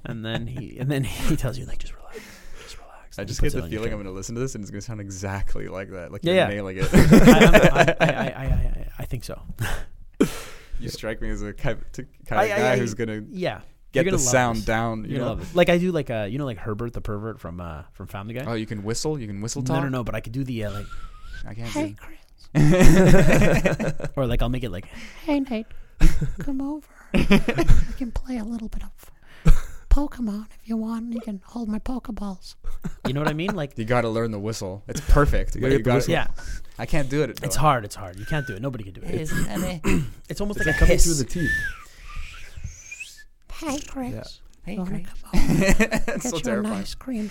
D: and then he and then he tells you like just relax, just relax.
A: I
D: and he
A: just
D: puts
A: get
D: it
A: the
D: on your
A: feeling
D: chin.
A: I'm gonna listen to this and it's gonna sound exactly like that. Like
D: Yeah,
A: you're
D: yeah.
A: nailing it.
D: I, don't know, I, I, I, I, I, I think so.
A: you strike me as a kind of t- kind
D: I-
A: of
D: I-
A: guy
D: I-
A: who's gonna
D: Yeah,
A: get
D: You're gonna
A: the
D: love
A: sound
D: this.
A: down. You
D: You're gonna
A: know.
D: love it. Like I do, like uh, you know, like Herbert the pervert from uh from Family Guy.
A: Oh, you can whistle. You can whistle
D: no,
A: talk.
D: no, no, but I could do the uh, like
A: I can't.
E: Hey,
A: do
E: Chris.
D: or like I'll make it like
E: Hey, Nate. Come over. we can play a little bit of Pokemon if you want. You can hold my Pokeballs.
D: you know what I mean, like.
A: You gotta learn the whistle. It's perfect.
B: gotta
A: but you
B: get the
A: gotta-
B: whistle.
D: Yeah,
A: I can't do it.
D: it's
A: though.
D: hard. It's hard. You can't do it. Nobody can do it.
E: Hey, isn't that it?
D: It's almost
B: It's
D: like
B: like
D: a
B: coming
D: hiss.
B: through the teeth.
E: Hey, Chris.
B: Yeah.
E: You
A: Hey,
E: wanna
A: Chris.
E: come over?
A: It's
E: Get
A: so
E: you an
A: terrifying.
E: ice cream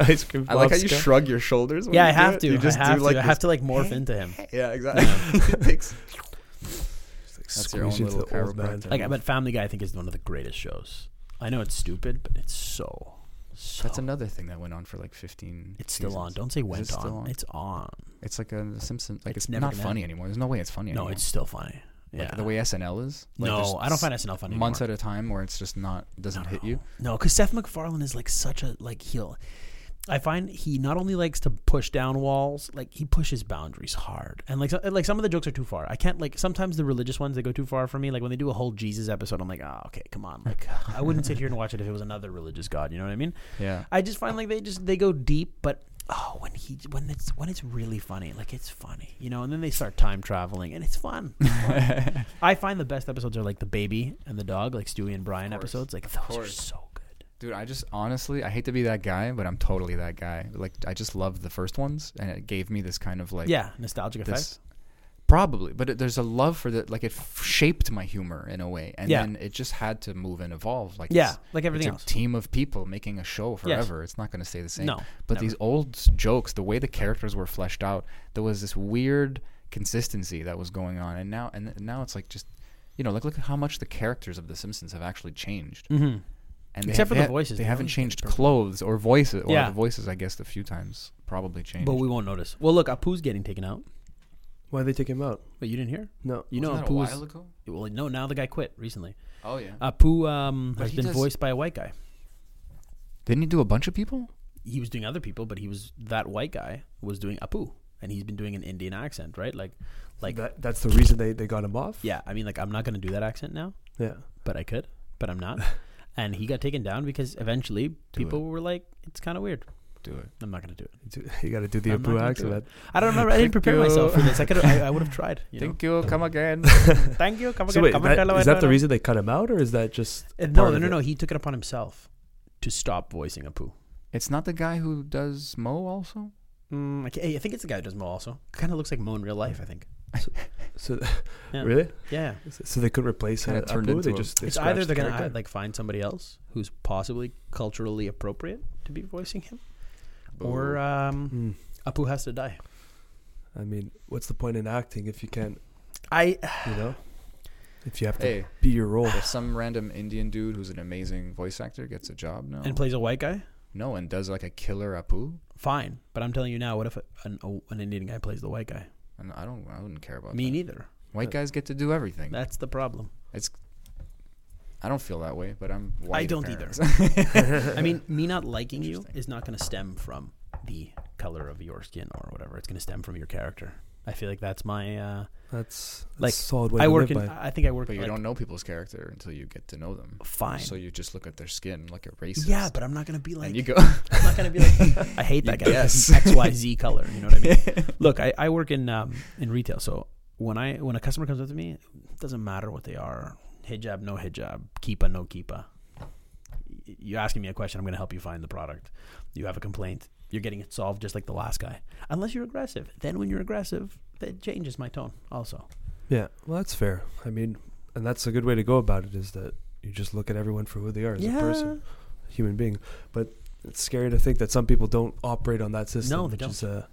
B: Ice cream.
A: I like how you
B: lobster.
A: shrug your shoulders. When
D: yeah, I
A: you do
D: have
A: it.
D: to.
A: You just
D: I have
A: do
D: to.
A: like
D: I
A: this
D: have to like morph into him.
A: Yeah, exactly. It takes- That's your own
B: Squeeze into
A: little
B: the old man.
A: chiropractor.
D: Like, but Family Guy, I think, is one of the greatest shows. I know it's stupid, but it's so. so
A: That's another thing that went on for like 15.
D: It's still on.
A: seasons.
D: Don't say
A: it
D: went
A: still
D: on.
A: on?
D: It's on.
A: It's like a Simpsons. Like
D: It's
A: it's,
D: never
A: not
D: gonna
A: funny anymore. There's no way it's funny
D: No,
A: anymore.
D: it's still funny. Yeah.
A: like the way SNL is. Like, there's
D: no, I don't find SNL funny.
A: months
D: anymore.
A: at a time where it's just not doesn't hit you.
D: No, because Seth MacFarlane is like such a like he'll. I find he not only likes to push down walls, like he pushes boundaries hard, and like so, like some of the jokes are too far. I can't like sometimes the religious ones they go too far for me. Like when they do a whole Jesus episode, I'm like, oh, okay, come on. Like I wouldn't sit here and watch it if it was another religious god. You know what I mean?
A: Yeah.
D: I just find like they just they go deep, but oh, when he when it's when it's really funny, like it's funny, you know. And then they start time traveling, and it's fun. It's fun. I find the best episodes are like the baby and the dog, like Stewie and Brian
A: course.
D: episodes. Like those are
A: course.
D: so good.
A: Dude, I just honestly, I hate to be that guy, but I'm totally that guy. Like, I just loved the first ones, and it gave me this kind of like,
D: yeah, nostalgic effect.
A: this probably. But it, there's a love for that. Like, it f- shaped my humor in a way, and
D: Yeah.
A: then it just had to move and evolve. Like,
D: Yeah,
A: it's-
D: like everything
A: it's
D: else.
A: a team of people making a show forever. It's not going to stay the same.
D: No,
A: But
D: never.
A: these old s- jokes, the way the characters were fleshed out, there was this weird consistency that was going on, and now and th- now it's like just, you know, like look at how much the characters of The Simpsons have actually changed.
D: Mm-hmm.
A: And they
D: Except
A: have-
D: for
A: they
D: the
A: ha-
D: voices,
A: they
D: they
A: haven't
D: always
A: changed
D: get purple.
A: clothes or voices. Or
D: Yeah.
A: the voices, I guess, a few times probably changed.
D: But we won't notice. Well, look, Apu's getting taken out.
B: Why they take him out?
D: But you didn't hear?
B: No.
D: You
A: Wasn't
D: know,
A: that a
D: Apu
A: while
D: was,
A: ago?
D: well, no. Now the guy quit recently.
A: Oh yeah.
D: Apu um,
A: But
D: has
A: he
D: been
A: does-
D: voiced by a white guy.
A: Didn't he do a bunch of people?
D: He was doing other people, but he was that white guy was doing Apu, and he's been doing an Indian accent, right? Like, like
B: that, that's the reason they, they got him off.
D: Yeah, I mean, like I'm not gonna do that accent now,
B: Yeah.
D: but I could, but I'm not. and he got taken down because eventually people were like, "It's kind of weird."
A: Do it.
D: I'm not gonna do it.
B: You got to do the
D: I'm not
B: Abu
D: gonna do
B: accent.
D: it.
B: man.
D: I don't remember. I didn't prepare
A: Thank you.
D: myself for this. I could. I, I would have tried. You know?
A: Thank you. Come again.
D: Thank you. Come
B: So
D: again,
B: wait,
D: come
B: that-
D: again,
B: is that the
D: come
B: reason they cut him out, or is that just
D: again.
B: part
D: Uh, No,
B: of
D: no,
B: it?
D: no. He took it upon himself to stop voicing Apu.
A: it's not the guy who does Mo also.
D: Mm, I, ca- I think it's the guy who does Mo. Also, kind of looks like Mo in real life. I think.
B: So,
D: Yeah.
B: really?
D: Yeah.
B: So they couldn't replace
A: Kinda
B: it.
A: turned
B: Apu? They
A: into a-
B: just they
D: it's either
B: scratched the
D: they're gonna
B: character?
D: like find somebody else who's possibly culturally appropriate to be voicing him, or um,
B: Hmm.
D: Apu has to die.
B: I mean, what's the point in acting if you can't,
D: I
B: you know, if you have to
A: hey,
B: be your role?
A: if some random Indian dude who's an amazing voice actor gets a job now,
D: and plays a white guy.
A: no, and does like a killer Apu,
D: Fine, but I'm telling you now. What if an an Indian guy plays the white guy?
A: and I don't, I wouldn't care about
D: Me
A: that.
D: neither.
A: White guys get to do everything.
D: That's the problem.
A: I don't feel that way, but I'm. White
D: don't
A: apparently.
D: I mean, me not liking you
A: Interesting.
D: is not going to stem from the color of your skin or whatever. It's going to stem from your character. I feel like that's my. Uh,
B: That's, that's
D: Like,
B: a solid way
D: I
B: to
D: work in.
B: live by.
D: I think I work.
A: But you
D: like,
A: don't know people's character until you get to know them.
D: Fine.
A: So you just look at their skin like a racist.
D: yeah, but I'm not going to be like.
A: and you go.
D: I'm not going to be like. I hate
A: You
D: that guy. because
A: guess.
D: X Y Z color. You know what I mean? Look, I, I work in um, in retail, so when I when a customer comes up to me, it doesn't matter what they are. Hijab, no hijab, keepa, no keepa. Y- You're asking me a question. I'm going to help you find the product. You have a complaint. You're getting it solved just like the last guy, unless you're aggressive. Then when you're aggressive, that changes my tone. Also,
B: Yeah, well, that's fair. I mean, and that's a good way to go about it is that you just look at everyone for who they are as a person, human being. But it's scary to think that some people don't operate on that system.
D: No, they
B: which
D: don't.
B: Is, uh,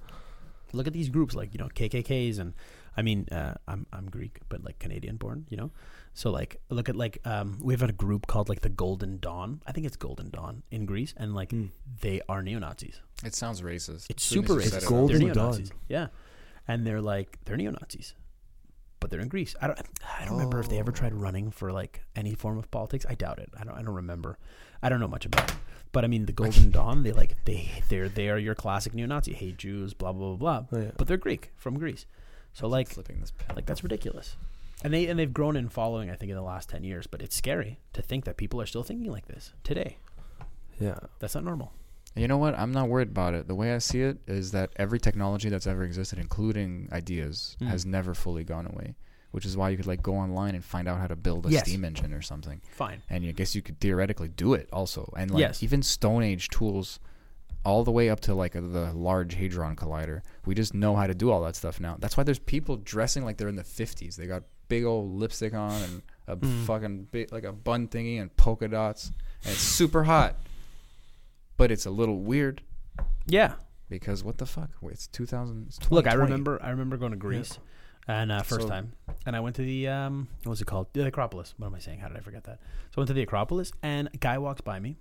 D: look at these groups like you know KKKs and I mean uh, I'm I'm Greek but like Canadian born you know so like look at like um, we have a group called like the Golden Dawn I think it's Golden Dawn in Greece and like
B: Mm.
D: they are neo Nazis
A: It sounds racist. As
D: it's
A: soon as
D: super
A: you said it,
D: racist
A: I was
B: Golden
D: they're
A: like,
D: neo Nazis
B: Dawn.
D: yeah and they're like they're neo Nazis but they're in Greece I don't I don't remember if they ever
A: Oh.
D: tried running for like any form of politics I doubt it I don't I don't remember I don't know much about it but I mean the Golden Dawn they like they they're they are your classic neo Nazi hey Jews blah blah blah blah
B: oh, yeah.
D: but they're Greek from Greece. So like
A: flipping this pen.
D: like that's ridiculous. And they and they've grown in following I think in the last 10 years, but it's scary to think that people are still thinking like this today.
B: yeah, Oh,
D: That's not normal.
A: And You know what? I'm not worried about it. The way I see it is that every technology that's ever existed, including ideas,
D: Mm.
A: has never fully gone away. Which is why you could like go online and find out how to build a
D: Yes.
A: steam engine or something.
D: Fine.
A: And I guess you could theoretically do it also. And like
D: Yes.
A: even Stone Age tools, all the way up to like the Large Hadron Collider, we just know how to do all that stuff now. That's why there's people dressing like they're in the 50s. They got big old lipstick on and a
D: Mm.
A: fucking big, like a bun thingy and polka dots, and it's super hot. But it's a little weird
D: Yeah.
A: because what the fuck? Wait, It's 2000. It's
D: Look, I
A: 2020.
D: remember I remember going to Greece and uh, first
A: So-
D: time and I went to the um what was it called? The Acropolis. What am I saying? How did I forget that? So I went to the Acropolis and a guy walks by me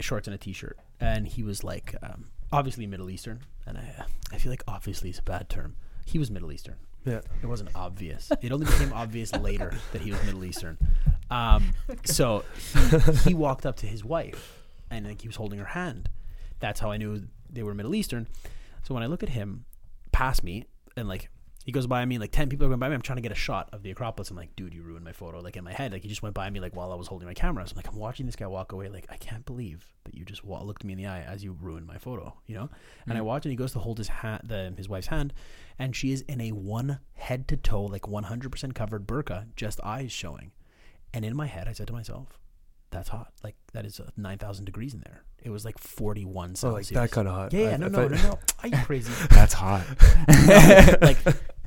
D: shorts and a t-shirt and he was like um, obviously Middle Eastern and I I feel like obviously is a bad term. He was Middle Eastern.
B: yeah.
D: It wasn't obvious. It only became obvious later that he was Middle Eastern. Um, so he, he walked up to his wife, and like he was holding her hand. That's how I knew they were Middle Eastern. So when I look at him, past me, and like he goes by me, like ten people are going by me. I'm trying to get a shot of the Acropolis. I'm like, dude, you ruined my photo. Like in my head, like he just went by me, like while I was holding my camera. So I'm like, I'm watching this guy walk away. Like I can't believe that you just wa- looked me in the eye as you ruined my photo. You know? And I
A: Mm.
B: Mm.
D: watch, and he goes to hold his hand, the, his wife's hand, and she is in a one head to toe, like 100% covered burqa, just eyes showing. And in my head, I said to myself, "That's hot. Like that is uh, 9,000 degrees in there. It was like 41
B: So Oh, like
D: Celsius.
B: that kind of hot.
D: yeah, yeah,
B: I-
D: no,
B: I
D: no, no,
B: thought-
D: no. Are you crazy?
A: That's hot.
D: like,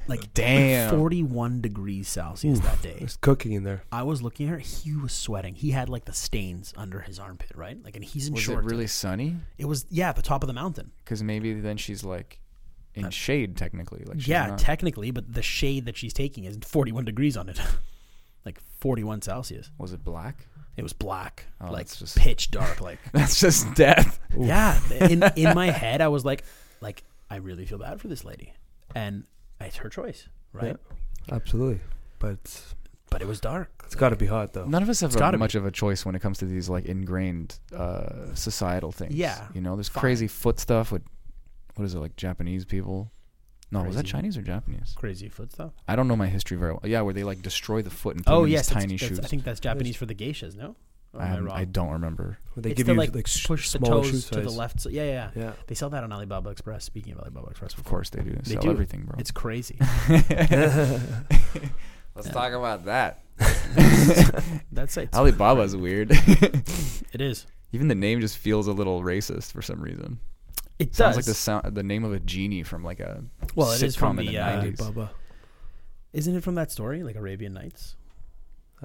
D: like
A: Damn.
D: 41 degrees Celsius
B: Oof.
D: that day.
B: There's cooking in there.
D: I was looking at her. He was sweating. He had like the stains under his armpit, right? Like, and he's in
A: Was it
D: shorts.
A: really sunny?
D: It was yeah, at the top of the mountain.
A: Because maybe then she's like in
D: Uh,
A: shade technically. Like she's
D: yeah,
A: not-
D: technically, but the shade that she's taking is 41 degrees on it, like 41 Celsius.
A: was it black?
D: It was black,
A: Oh,
D: like
A: that's just-
D: pitch dark. Like
A: That's just death.
B: Oof.
D: yeah, in in my head, I was like, like I really feel bad for this lady, and it's her choice, right?
B: Absolutely. But it's,
D: But it was dark.
B: it's got to be hot though.
A: None of us have
D: It's gotta
A: a, much of a choice when it comes to these like ingrained uh, societal things.
D: Yeah,
A: you know, there's
D: fine.
A: crazy foot stuff with what is it like Japanese people? No, was that
D: Crazy.
A: Chinese or Japanese?
D: Crazy foot stuff.
A: I don't know my history very well. Yeah, where they like destroy the foot and put it
D: Oh
A: in
D: yes,
A: these
D: that's-
A: tiny
D: that's-
A: shoes. Um,
D: I think that's Japanese for the geishas. No,
A: I,
D: Or am I
A: haven't-
D: wrong?
A: I don't remember.
B: Where they
D: It's
B: give
D: the,
B: you
D: like,
B: like, sh-
D: push the
B: smaller shoe
D: toes to the
B: size.
D: left. So, yeah, yeah, yeah.
B: Yeah.
D: They sell that on Alibaba Express. Speaking of Alibaba Express,
A: Of course they do. They,
D: They
A: sell
D: do.
A: everything, bro.
D: it's crazy.
A: Let's
D: Yeah.
A: talk about that.
D: That's it.
A: Alibaba's weird.
D: It is.
A: Even the name just feels a little racist for some reason.
D: It does.
A: Sounds like the sound, the name of a genie from like a
D: well, it is
A: sitcom
D: from
A: in
D: the.
A: the
D: uh,
A: 90s.
B: Bubba.
D: isn't it from that story, like Arabian Nights?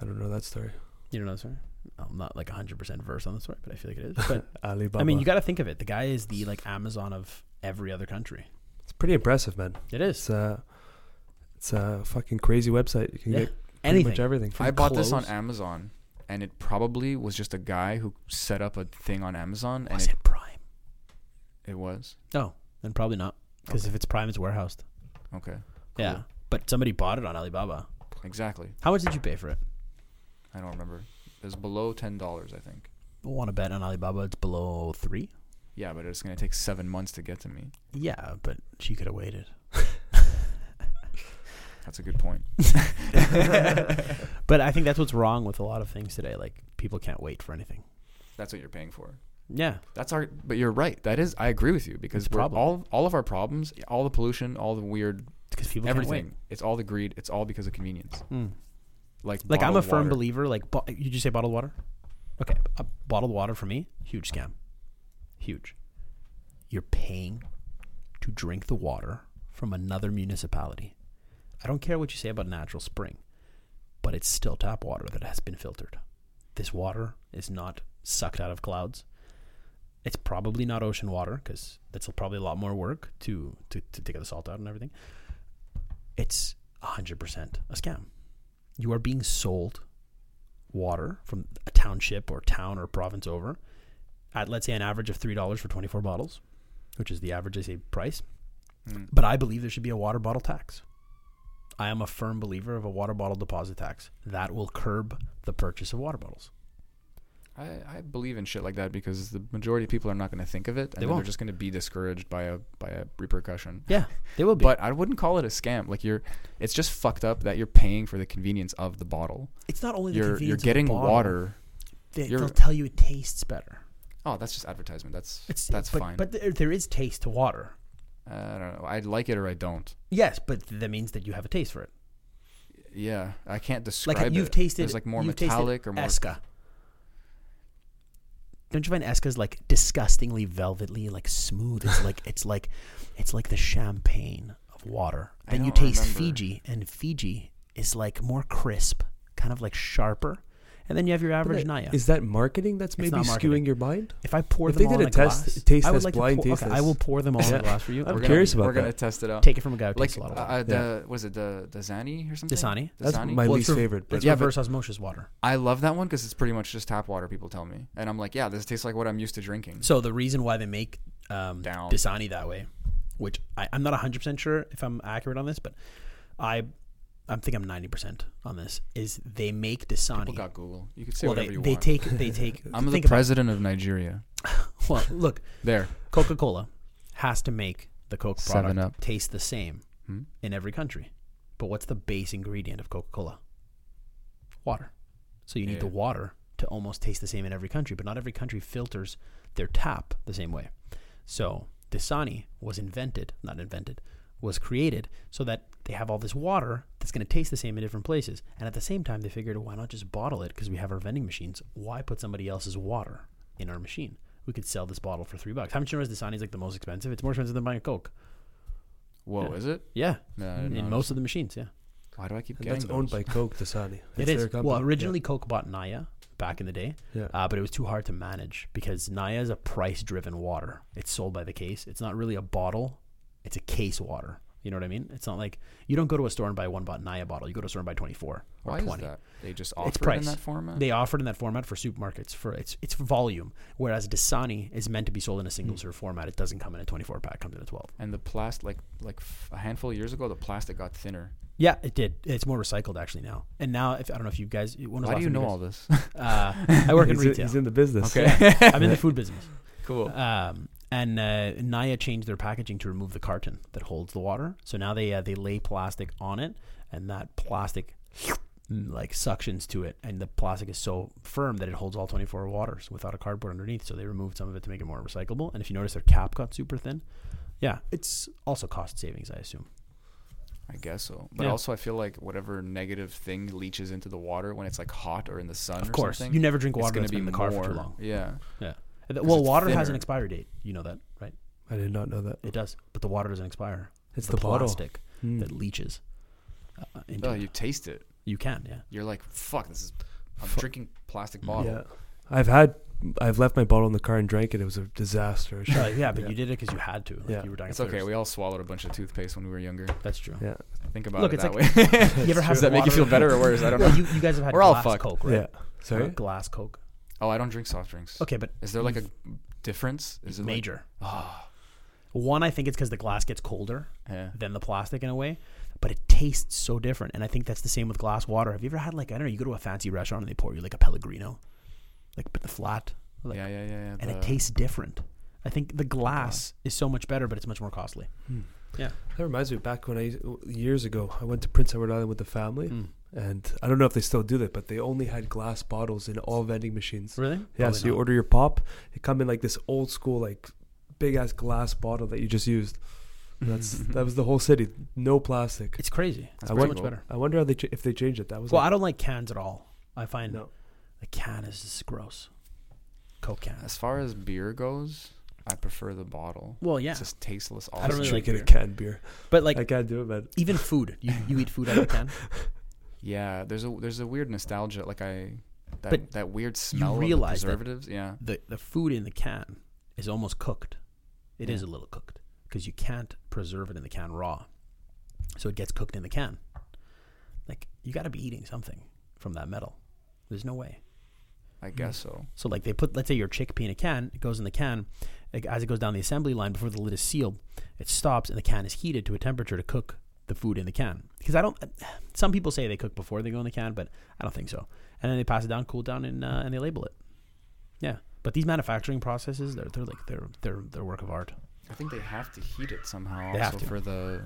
B: I don't know that story.
D: You don't know, sir. I'm not like 100 percent versed on the story, but I feel like it is. But
B: Ali Baba.
D: I mean, you got to think of it. The guy is the like Amazon of every other country.
B: it's pretty impressive, man.
D: It is
B: It's a, it's a fucking crazy website. You can
D: Yeah.
B: get pretty
D: anything.
B: much everything. From
A: I bought this on
D: clothes.
A: Amazon, and it probably was just a guy who set up a thing on Amazon, and
D: Was
A: it,
D: it Prime?
A: it was
D: No, then probably not. Because if it's Prime, it's warehoused.
A: okay.
D: Yeah, but somebody bought it on Alibaba.
A: Exactly.
D: How much did you pay for it?
A: I don't remember. It was below ten dollars, I think.
D: Want to bet on Alibaba? It's below three.
A: Yeah, but it's gonna take seven months to get to me.
D: Yeah, but she could have waited.
A: That's a good point.
D: But I think that's what's wrong with a lot of things today. Like people can't wait for anything.
A: That's what you're paying for.
D: Yeah,
A: That's our. But you're right. That is. I agree with you because
D: It's a
A: we're
D: problem.
A: all all of our problems, all the pollution, all the weird,
D: because people
A: everything.
D: can't
A: It's all the greed. It's all because of convenience.
D: wait. Mm.
A: Like
D: Like I'm a
A: bottled
D: firm
A: water.
D: believer. Like bo- you just say bottled water. Okay, uh, bottled water for me, huge scam, huge. You're paying to drink the water from another municipality. I don't care what you say about natural spring, but it's still tap water that has been filtered. This water is not sucked out of clouds. It's probably not ocean water because that's probably a lot more work to, to, to take the salt out and everything. It's 100% a scam. You are being sold water from a township or town or province over at, let's say, an average of $3 for 24 bottles, which is the average, I say, price.
A: Mm.
D: But I believe there should be a water bottle tax. I am a firm believer of a water bottle deposit tax. That will curb the purchase of water bottles.
A: I, I believe in shit like that because the majority of people are not going to think of it, and
D: They
A: then
D: won't.
A: they're just going to be discouraged by a by a repercussion.
D: Yeah, they will be.
A: But I wouldn't call it a scam. Like you're, it's just fucked up that you're paying for the convenience of the bottle.
D: it's not only the
A: You're you're
D: convenience of
A: getting
D: the bottle.
A: water.
D: They,
A: you're-
D: will tell you it tastes better.
A: Oh, that's just advertisement. That's
D: It's
A: that's
D: but,
A: fine.
D: But there, there is taste to water.
A: uh, I don't know. I like it or I don't.
D: Yes, but that means that you have a taste for it.
A: Yeah, I can't describe.
D: Like you've
A: it.
D: tasted,
A: There's like more
D: you've tasted
A: metallic or more.
D: Esca. Don't you find Esca's like disgustingly velvety, like smooth? It's like it's like it's like the champagne of water.
A: I
D: Then you
A: don't
D: taste
A: remember.
D: Fiji, and Fiji is like more crisp, kind of like sharper. And then you have your average
B: But
D: Naya.
B: Is that marketing that's maybe
D: not marketing.
B: skewing your mind?
D: If I pour
B: If
D: them
B: they
D: all
B: did
D: in
B: a
D: a
B: test-
D: glass,
B: taste
D: I would
B: test,
D: like
B: blind
D: to pour,
B: taste
D: okay, I
B: test.
D: will pour them all in a
B: Yeah.
D: glass for you.
B: I'm
D: We're gonna
B: curious about
A: we're gonna
B: that.
A: test it out.
D: take it from a guy who
A: like
D: takes a lot of
A: uh,
D: water.
A: uh, the was it the the Zani or something?
D: Dasani?
B: That's
A: Dasani?
B: my
D: Well,
B: least
D: it's re-
B: favorite.
D: It's
A: Yeah, but-
D: reverse osmosis water.
A: I love that one because it's pretty much just tap water. People tell me, and I'm like, yeah, this tastes like what I'm used to drinking.
D: So the reason why they make um,
A: Down.
D: Dasani that way, which I, I'm not 100 percent sure if I'm accurate on this, but I I think I'm 90 percent on this is they make
A: People
D: Dasani.
A: got Google. You can say
D: well, they,
A: whatever you
D: they
A: want.
D: take they take.
A: I'm the
D: think about-
A: president of Nigeria.
D: well, look,
A: There.
D: Coca Cola has to make the Coke
A: Seven
D: product
A: Up.
D: taste the same
A: Hmm?
D: in every country, but what's the base ingredient of Coca Cola? Water. So you need
A: Yeah.
D: the water to almost taste the same in every country, but not every country filters their tap the same way. So Dasani was invented, not invented, was created so that they have all this water that's going to taste the same in different places. And at the same time, they figured, why not just bottle it? Because we have our vending machines. Why put somebody else's water in our machine? We could sell this bottle for three bucks. How much you know Dasani is like the most expensive? It's more expensive than buying a Coke.
A: Whoa,
D: Yeah.
A: is it?
D: Yeah,
A: No, I didn't
D: in
A: notice.
D: most of the machines. Yeah.
A: Why do I keep
B: And
A: getting
B: that's owned
A: those?
B: by Coke Dasani.
D: It
B: It's their
D: is. Well,
B: company.
D: originally Coke bought Naya back in the day,
B: Yeah.
D: uh, but it was too hard to manage because Naya is a price driven water. It's sold by the case. It's not really a bottle, it's a case water. You know what I mean? It's not like you don't go to a store and buy one bot Naya bottle. You go to a store and buy 24 or
A: Why
D: 20.
A: is that? They just
D: It's
A: offer it in
D: price.
A: that format.
D: They offer it in that format for supermarkets for its its volume, whereas Dasani is meant to be sold in a single serve format. It doesn't come in a 24 pack, it comes in a 12.
A: and the plastic, like like f- a handful of years ago, the plastic got thinner.
D: Yeah, it did. It's more recycled actually now. And now, if I don't know if you guys, when was
A: Why
D: the
A: do you know all this?
D: last time you guys- Uh, I work in
B: he's,
D: retail.
B: he's in the business.
A: okay,
D: I'm in the food business.
A: cool.
D: Um, and uh, Naya changed their packaging to remove the carton that holds the water. So now they uh, they lay plastic on it, and that plastic mm, like suctions to it, and the plastic is so firm that it holds all 24 waters without a cardboard underneath. So they removed some of it to make it more recyclable. And if you notice, their cap got super thin. Yeah, it's also cost savings, I assume.
A: I guess so. But
D: Yeah.
A: also, I feel like whatever negative thing leaches into the water when it's like hot or in the sun,
D: Of
A: or
D: course,
A: something,
D: you never drink
A: it's
D: water
A: gonna
D: that's
A: be
D: been in the car
A: more.
D: for too long.
A: Yeah,
D: Yeah. And th-
A: 'Cause
D: Well,
A: it's
D: water has
A: thinner.
D: an expiry date. You know that, right?
B: I did not know that.
D: It does, but the water doesn't expire.
B: It's
D: the,
B: the, bottle.
D: plastic
B: Hmm.
D: that leaches. Uh, into
A: No, Oh,
D: it.
A: you taste it.
D: You can, yeah.
A: You're like, fuck, this is. I'm
D: Fu-
A: drinking plastic bottle.
B: Yeah, I've had. I've left my bottle in the car and drank it. It was a disaster.
D: Uh, yeah, but
B: Yeah.
D: you did it because you had to. Like,
B: Yeah.
D: you were dying.
A: It's
D: of
A: okay.
D: thirst.
A: We all swallowed a bunch of toothpaste when we were younger.
D: That's true.
B: Yeah.
A: Think about
D: Look,
A: it
D: it's
A: that
D: like-
A: way.
D: You ever had
A: Does that make you
D: water-
A: feel better or worse? I don't
D: Well,
A: know.
D: you, you guys have had
A: We're all
D: glass
A: fucked.
D: Coke, right?
B: Yeah. Sorry.
D: Uh, glass Coke.
A: Oh, I don't drink soft drinks.
D: Okay, but
A: Is there like a difference? Is it like-
D: major.
A: Ah,
D: One, I think it's because the glass gets colder
A: yeah.
D: than the plastic in a way, but it tastes so different. And I think that's the same with glass water. Have you ever had like I don't know? You go to a fancy restaurant and they pour you like a Pellegrino, like but the flat, like,
A: yeah, yeah, yeah, yeah.
D: and it
A: the-
D: tastes different. I think the glass is so much better, but it's much more costly.
B: That reminds me back when I years ago I went to Prince Edward Island with the family,
D: Mm.
A: Hmm.
B: and I don't know if they still do that, but they only had glass bottles in all vending machines.
D: Really?
B: Yeah,
D: Probably
B: so you
D: not.
B: order your pop, it come in like this old school like big ass glass bottle that you just used. And That's that was the whole city, no plastic.
D: It's crazy.
A: That's
D: I
A: pretty
D: much
A: cool.
D: better.
B: I wonder how they ch- if they changed it. That was
D: Well, I
B: like,
D: don't like cans at all. I find
B: No.
D: the can is just gross. Coke can.
A: As far as beer goes, I prefer the bottle.
D: Well, yeah,
A: It's just tasteless.
D: I
A: also.
D: don't really like
B: drinking
D: beer.
B: a canned beer.
D: but like
B: I can't do it, man.
D: even food, you, you eat food out of a can.
A: Yeah, there's a there's a weird nostalgia. Like I, that
D: But
A: that weird smell
D: realize
A: of
D: that-
A: the preservatives. Yeah,
D: the the food in the can is almost cooked. It is
A: Yeah.
D: a little cooked because you can't preserve it in the can raw, so it gets cooked in the can. Like you got to be eating something from that metal. There's no way.
A: I guess so.
D: So like they put, let's say your chickpea in a can, it goes in the can. Like, as it goes down the assembly line before the lid is sealed, it stops and the can is heated to a temperature to cook the food in the can. Because I don't, some people say they cook before they go in the can, but I don't think so. And then they pass it down, cool it down, and uh, and they label it. Yeah, but these manufacturing processes, they're they're like they're they're they're work of art
A: I think they have to heat it somehow
D: They have
A: also
D: to.
A: for the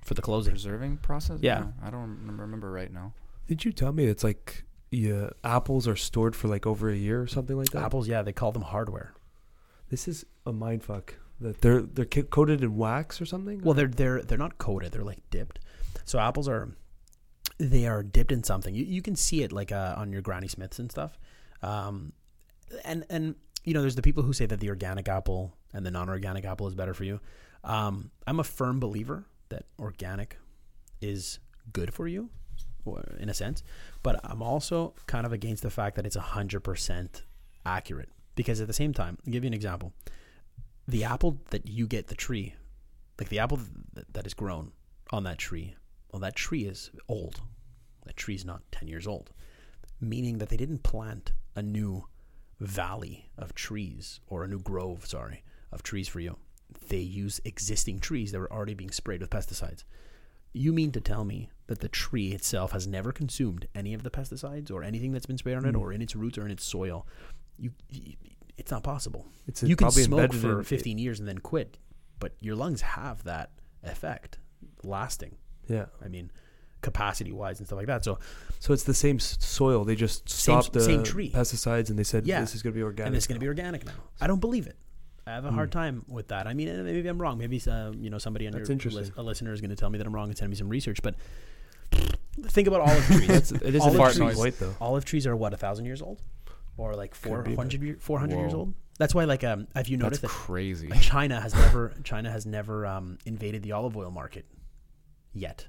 D: for the closing.
A: preserving process.
D: Yeah.
A: I don't rem- remember right now.
B: Did you tell me it's like yeah, apples are stored for like over a year or something like that?
D: Apples, yeah, they call them hardware.
B: This is a mind fuck. That they're they're ca- coated in wax or something.
D: Well, they're they're they're not coated. They're like dipped. So apples are they are dipped in something. You you can see it like uh, on your Granny Smiths and stuff. Um, and and you know, there's the people who say that the organic apple and the non-organic apple is better for you. Um, I'm a firm believer that organic is good for you, or in a sense. But I'm also kind of against the fact that it's hundred percent accurate because at the same time, I'll give you an example. The apple that you get the tree like the apple th- that is grown on that tree well that tree is old that tree's not 10 years old meaning that they didn't plant a new valley of trees or a new grove sorry of trees for you they use existing trees that were already being sprayed with pesticides you mean to tell me that the tree itself has never consumed any of the pesticides or anything that's been sprayed on it or in its roots or in its soil you, you it's not possible
B: it's
D: you can
B: probably
D: smoke
B: embedded
D: for
B: in-
D: 15 years and then quit, but your lungs have that effect lasting.
B: Yeah.
D: I mean, capacity wise and stuff like that. So,
B: So it's the same s- soil. They just
D: Same-
B: stopped the
D: same tree.
B: pesticides and they said
D: Yeah.
B: this is going to be organic.
D: and it's going to be organic now. I don't believe it. I have a hard time with that. I mean, and maybe I'm wrong. Maybe uh, you know somebody on
B: Hmm. That's
D: your
B: interesting.
D: lis- a listener is going to tell me that I'm wrong and send me some research. But think about olive trees.
B: That's, it is
D: Olive
B: an
A: fart
B: interesting
A: noise.
B: point though.
D: olive trees are what a thousand years old, or like four
B: be, but-
D: hundred year, four hundred years
A: Whoa.
D: old. That's why, like, um, have you
A: That's
D: noticed that
A: crazy.
D: China has never China has never um, invaded the olive oil market yet,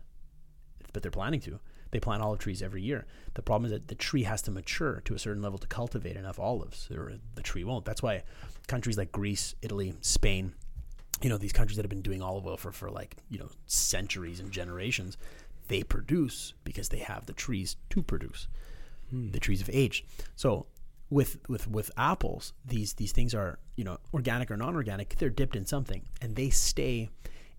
D: but they're planning to. They plant olive trees every year. The problem is that the tree has to mature to a certain level to cultivate enough olives, or the tree won't. That's why countries like Greece, Italy, Spain, you know, these countries that have been doing olive oil for, for like, you know, centuries and generations, they produce because they have the trees to produce
B: Hmm.
D: the trees have aged. So with with with apples, these these things are you know organic or non-organic. They're dipped in something, and they stay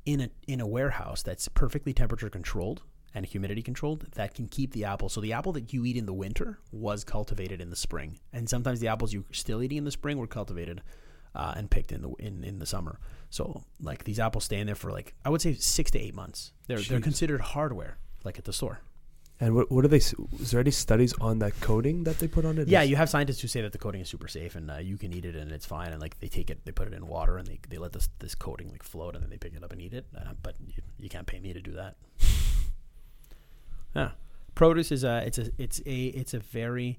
D: in a in a warehouse that's perfectly temperature controlled and humidity controlled that can keep the apple. So the apple that you eat in the winter was cultivated in the spring, and sometimes the apples you're still eating in the spring were cultivated. Uh, and picked in the in, in the summer, so like these apples stay in there for like I would say six to eight months. They're they're
B: Jeez.
D: considered hardware, like at the store.
B: And what what are they? s- Is there any studies on that coating that they put on it?
D: Yeah,
B: Is-
D: you have scientists who say that the coating is super safe and uh, you can eat it and it's fine. And like they take it, they put it in water and they, they let this this coating like float and then they pick it up and eat it. Uh, but you, you can't pay me to do that. yeah, produce is a it's a it's a it's a very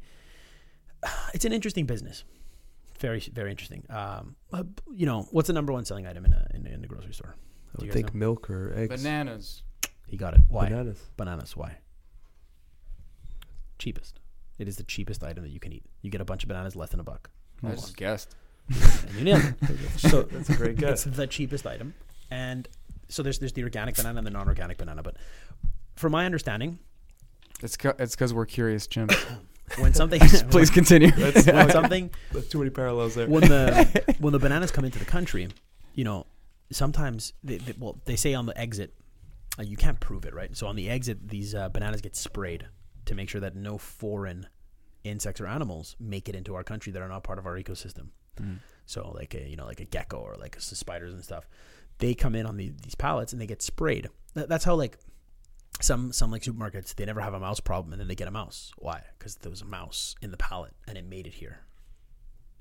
D: it's an interesting business. very very interesting. Um, uh, you know, what's the number one selling item in a in, a- in the grocery store?
B: I
D: Do you
B: would
D: guys
B: think
D: know?
B: milk or eggs.
A: Bananas.
D: He got it. Why
B: Bananas.
D: bananas? Why? Cheapest. It is the cheapest item that you can eat. You get a bunch of bananas less than a buck.
A: I just guessed.
D: And you nailed it. so
B: That's a great guess.
D: it's the cheapest item. And so there's there's the organic banana and the non-organic banana. But from my understanding,
A: It's cu- it's because we're curious, Jim.
D: when something
A: Please continue.
D: when something
B: That's too many parallels there.
D: when the when the bananas come into the country, you know, sometimes they, they, well they say on the exit, uh, you can't prove it, right? So on the exit, these uh, bananas get sprayed to make sure that no foreign insects or animals make it into our country that are not part of our ecosystem. So like a, you know like a gecko or like s- spiders and stuff, they come in on the, these pallets and they get sprayed. That, that's how like some some like supermarkets they never have a mouse problem and then they get a mouse. Why? Because there was a mouse in the pallet and it made it here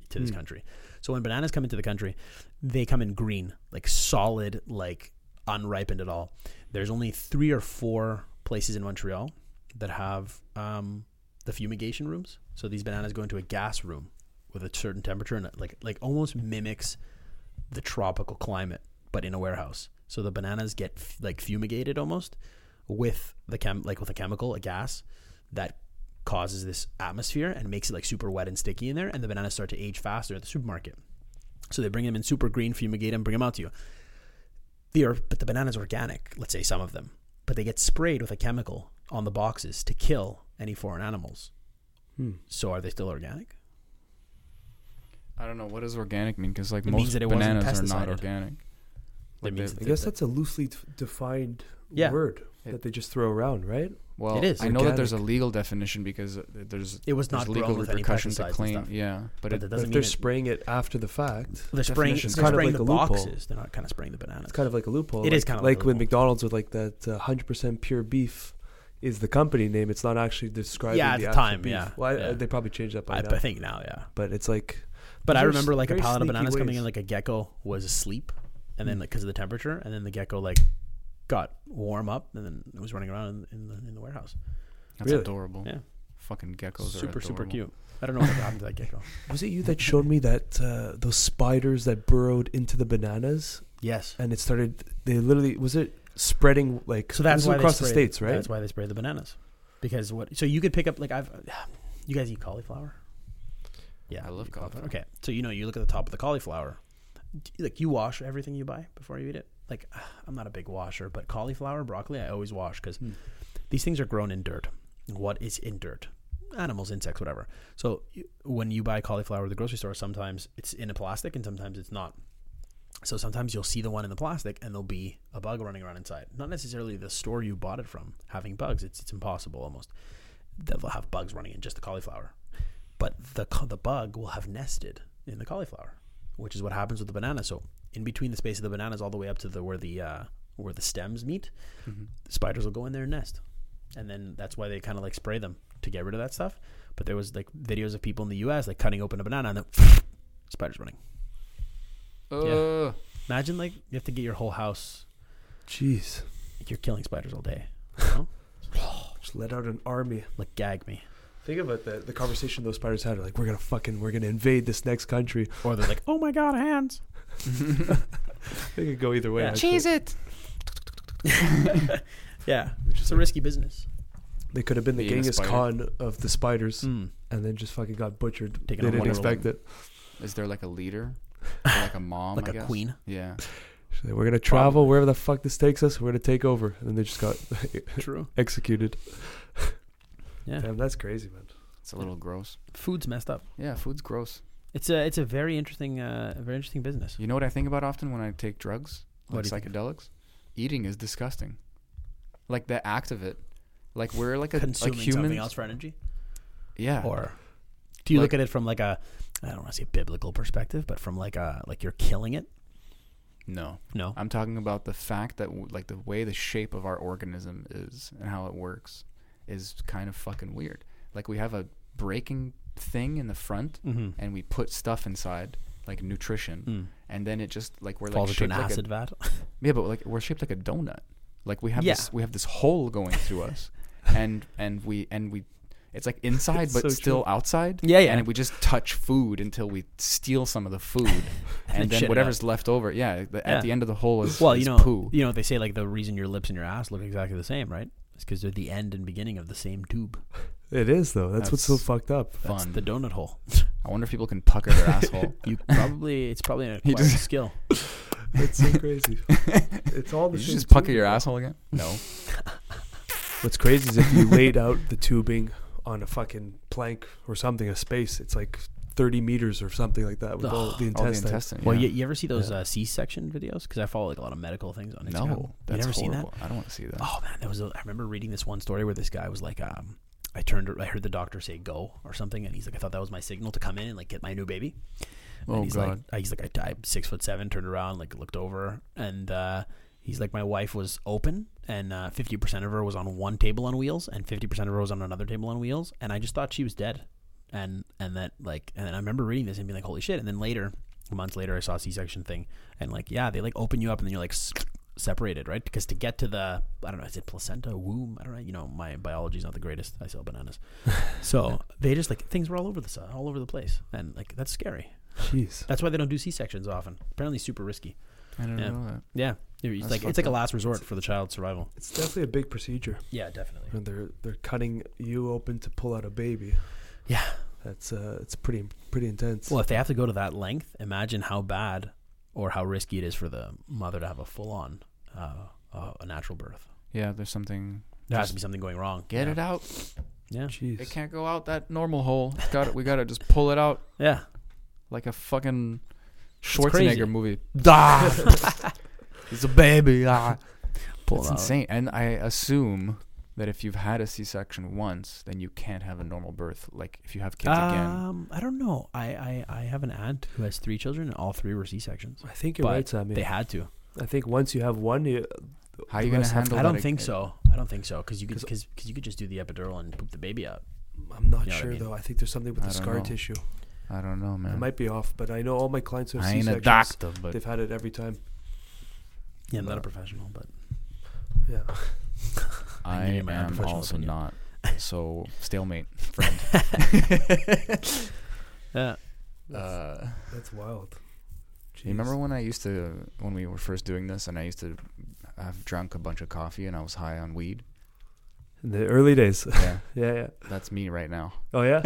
D: to this country. So when bananas come into the country, they come in green, like solid, like unripened at all. There's only three or four places in Montreal that have um, the fumigation rooms. So these bananas go into a gas room with a certain temperature and it, like like almost mimics the tropical climate, but in a warehouse. So the bananas get f- like fumigated almost with the chem like with a chemical, a gas that causes this atmosphere and makes it like super wet and sticky in there, and the bananas start to age faster at the supermarket. So they bring them in super green, fumigate them, bring them out to you. They are, but the banana's organic, let's say some of them, but they get sprayed with a chemical on the boxes to kill any foreign animals.
B: Hmm.
D: So are they still organic?
A: I don't know what does organic mean because like
D: It means
A: most
D: that it wasn't
A: bananas are not
D: pesticided.
A: organic. Like
D: means
A: they-
B: I
D: that
B: guess
D: the-
B: that's a loosely d- defined
D: Yeah.
B: word
A: It-
B: that they just throw around, right?
A: Well,
D: It is.
A: I know that there's a legal definition because uh, there's
D: It was
A: there's
D: not
A: legal
D: grown with any
A: repercussions
D: pesticides
A: to
D: and
A: claim.
D: stuff.
A: Yeah, but, it,
D: But that
B: But
D: doesn't
B: if
D: mean
B: they're
D: it-
B: spraying it after the fact,
D: they're spraying,
A: definition's
D: they're
B: kind of
D: spraying
B: like
D: the
B: a loophole.
D: boxes. They're not kind of spraying the bananas.
B: it's kind of like a loophole.
D: It
B: like,
D: is kind of like
B: like
D: a
B: with
D: loophole.
B: McDonald's with like that uh, 100% pure beef is the company name. It's not actually describing
D: Yeah, at
B: the,
D: the
B: actual
D: time,
B: beef.
D: yeah,
B: Well, I,
D: yeah.
B: they probably changed that by
D: I,
B: now.
D: I think now, yeah.
B: but it's like
D: But I
B: Those are
D: remember like a
B: very
D: pallet of
B: sneaky
D: bananas coming
B: ways.
D: in, like a gecko was asleep, and then
B: Mm.
D: like because of the temperature, and then the gecko like got warm up, and then it was running around in, in the in the warehouse.
A: that's
B: Really?
A: adorable.
D: Yeah.
A: fucking geckos are
D: super super
A: adorable.
D: cute. I don't know what happened to that gecko.
B: was it you that showed me that uh, those spiders that burrowed into the bananas
D: Yes.
B: and it started they literally was it spreading like
D: So that's
B: this is
D: why they
B: across the
D: spray-
B: states, right?
D: That's why they spray the bananas because what? So you could pick up like I've. You guys eat cauliflower? Yeah,
A: I
D: you
A: love
D: eat
A: cauliflower.
D: Okay, so you know you look at the top of the cauliflower, Do you- like you wash everything you buy before you eat it. Like I'm not a big washer, but cauliflower, broccoli, I always wash because
A: Hmm.
D: these things are grown in dirt. What is in dirt? Animals, insects, whatever. So y- when you buy cauliflower at the grocery store, sometimes it's in a plastic and sometimes it's not. So sometimes you'll see the one in the plastic and there'll be a bug running around inside. Not necessarily the store you bought it from having bugs. It's it's impossible almost. That will have bugs running in just the cauliflower. But the ca- the bug will have nested in the cauliflower, which is what happens with the banana. So in between the space of the bananas all the way up to the where the uh, where the stems meet,
A: Mhm.
D: the spiders will go in there and nest. And then that's why they kind of like spray them to get rid of that stuff. But there was like videos of people in the US like cutting open a banana and then spiders running.
A: Uh,
D: Imagine like you have to get your whole house
B: Jeez,
D: you're killing spiders all day. you know?
B: just let out an army.
D: like gag me.
B: Think about that. The conversation those spiders had, like, we're gonna fucking, we're gonna invade this next country.
D: Or they're like, oh my god, hands.
B: They could go either way.
D: Yeah.
B: actually.
E: Cheese it.
D: Yeah.
B: They're just
D: It's a
B: like-
D: risky business.
B: They could have been the
A: Being a
B: Genghis
A: spider.
B: Khan of the spiders,
D: Mm.
B: and then just fucking got butchered.
D: Taking
B: they
D: on
B: didn't
D: Wonder
B: expect it.
A: is there like a leader, or like a mom,
D: like
A: I
D: a
A: guess?
D: queen.
A: Yeah,
B: So they, we're gonna travel wherever the fuck this takes us. We're gonna take over, and then they just got
D: True.
B: executed.
D: Yeah.
B: Damn, that's crazy, man.
A: it's a little gross.
D: Food's messed up.
A: Yeah, food's gross.
D: It's a it's a very interesting uh, a very interesting business.
A: You know what I think about often when I take drugs,
D: What
A: like
D: do you think?
A: psychedelics? Eating is disgusting. Like the act of it, like we're like a
D: Consuming
A: like humans.
D: something else for energy.
A: Yeah,
D: Or do you
A: Like-
D: look at it from like a I don't want to say biblical perspective, but from like a like you're killing it?
A: no.
D: No.
A: I'm talking about the fact that w- like the way the shape of our organism is and how it works is kind of fucking weird. Like we have a braking thing in the front
D: Mm-hmm.
A: and we put stuff inside like nutrition
D: Mm.
A: and then it just like we're
D: Falls
A: like shaped
D: into an
A: like
D: acid vat.
A: a Yeah, but like we're shaped like a donut. Like we have
D: Yeah.
A: this we have this hole going through us and and we and we It's like inside
B: It's
A: but
B: so
A: still
B: true.
A: outside.
D: Yeah, yeah.
A: And we just touch food until we steal some of the food, and,
D: shit it
A: then
D: up.
A: whatever's left over, yeah, the,
D: Yeah.
A: at the end of the hole is
D: well, you
A: is
D: know,
A: poo.
D: you know they say like the reason your lips and your ass look exactly the same, right? It's because they're the end and beginning of the same tube.
B: It is though. That's, what's so
A: That's-
B: fucked up.
D: That's
A: Fun.
D: the donut hole.
A: I wonder if people can pucker their asshole.
D: You probably it's probably an
A: He
D: acquired
A: just-
D: skill.
B: It's so crazy. it's all the
A: Did you
B: same
A: just pucker
B: tube.
A: your asshole again? No.
B: What's crazy is if you laid out the tubing on a fucking plank or something, a space, it's like 30 meters or something like that with all the
A: All the
B: intestine.
A: intestine.
D: Well, you,
A: yeah.
D: you ever see those
B: Yeah.
D: uh, C-section videos? Because I follow like a lot of medical things on Instagram.
A: no,
D: you
A: that's
D: never seen that?
A: horrible. I don't want to see that.
D: Oh man, that was. A, I remember reading this one story where this guy was like, um, I turned. I heard the doctor say go or something, and he's like, I thought that was my signal to come in and like get my new baby. And
A: Oh,
D: he's
A: God.
D: like, I- he's like, I died six foot seven, turned around, like looked over, and uh, he's like, my wife was open, and uh, fifty percent of her was on one table on wheels, and fifty percent of her was on another table on wheels, and I just thought she was dead, and and that like, and I remember reading this and being like, holy shit, and then later, months later, I saw a C-section thing, and like, yeah, they like open you up, and then you're like. s- Separated, right? Because to get to the, I don't know, is it placenta, womb? I don't know. You know, my biology's not the greatest. I sell bananas, so they just like things were all over the s- all over the place, and like that's scary.
B: Jeez.
D: That's why they don't do C sections often. Apparently, super risky.
A: I don't
D: yeah.
A: know that.
D: Yeah, it's
A: That's
D: like it's
A: fucked
D: like a
A: up.
D: last resort for the child's survival.
B: It's definitely a big procedure.
D: Yeah, definitely.
B: When they're they're cutting you open to pull out a baby.
D: Yeah.
B: That's uh it's pretty pretty intense.
D: Well, if they have to go to that length, imagine how bad or how risky it is for the mother to have a full on uh, uh, a natural birth.
A: Yeah, there's something.
D: There has
A: Just
D: to be something going wrong.
A: Get
D: yeah.
A: it out.
D: Yeah,
B: Jeez.
A: It can't go out that normal hole. It's got it. We gotta just pull it out
D: yeah.
A: like a fucking
D: crazy.
A: Schwarzenegger movie. Da. it's a baby. Ah.
D: Pull
A: That's
D: it out.
A: insane. And I assume that if you've had a C-section once, then you can't have a normal birth. Like if you have kids again.
D: Um, I don't know. I, I I have an aunt who has three children, and all three were C sections.
B: I think you're
D: but
B: right, Sammy.
D: They had to.
B: I think once you have one, you,
A: How are you
B: the
A: gonna
B: rest have to-
A: handle?
D: I don't
A: that
D: think
A: ag-
D: so. I don't think so because you could
B: 'Cause-
D: because you could just do the epidural and poop the baby out.
B: I'm not
D: You know what I
B: sure
D: mean.
B: though. I think there's something with
A: I
B: the
A: don't
B: scar
A: know.
B: tissue.
A: I don't know,
B: I
A: man.
B: might be off, but I know all my clients who have
A: I
B: C
A: ain't a
B: sections.
A: doctor, but
B: They've had it every time.
D: Yeah, I'm not a
A: But-
D: professional, but
B: Yeah.
A: I
D: give you my
A: am
D: unprofessional
A: also
D: opinion.
A: not. So stalemate, friend.
D: yeah.
A: uh,
B: That's wild.
A: You remember when I used to, when we were first doing this, and I used to have drunk a bunch of coffee and I was high on weed?
B: In the early days.
A: Yeah,
B: yeah, yeah.
A: that's me right now.
B: Oh yeah.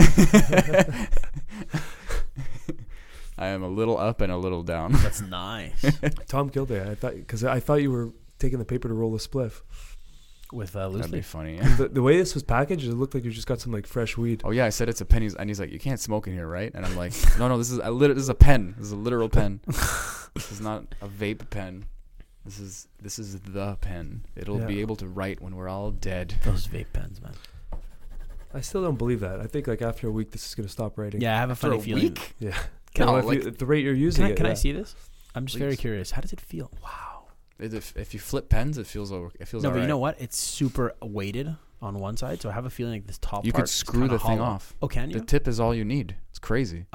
A: I am a little up and a little down.
D: That's nice.
B: Tom Kildare. I thought because I thought you were taking the paper to roll a spliff.
D: With uh, loose
A: That'd be
D: leaf.
A: funny. yeah.
B: The, the way this was packaged, it looked like you just got some like fresh weed.
A: Oh yeah, I said it's a pen. He's, and he's like, "You can't smoke in here, right?" And I'm like, "No, no, this is a lit- this is a pen. This is a literal pen. this is not a vape pen. This is this is the pen. It'll
B: Yeah.
A: be able to write when we're all dead."
D: Those vape pens, man.
B: I still don't believe that. I think like after a week, this is gonna stop writing.
D: Yeah, I have a funny
A: a
D: feeling.
A: week?
B: Yeah.
D: Can,
B: Well,
A: No,
B: if you-
A: like-
B: at the rate you're
D: can
B: using
D: I,
B: it.
D: can I
B: yeah.
D: see this? I'm just very
A: Please.
D: curious. How does it feel? Wow.
A: If, if you flip pens, it feels over. It feels.
D: no, but you
A: alright.
D: know what? It's super weighted on one side, so I have a feeling like this top
A: You
D: part
A: could
D: is
A: screw
D: kinda
A: the thing
D: hollow.
A: off.
D: Oh, can you?
A: The tip is all you need. It's crazy.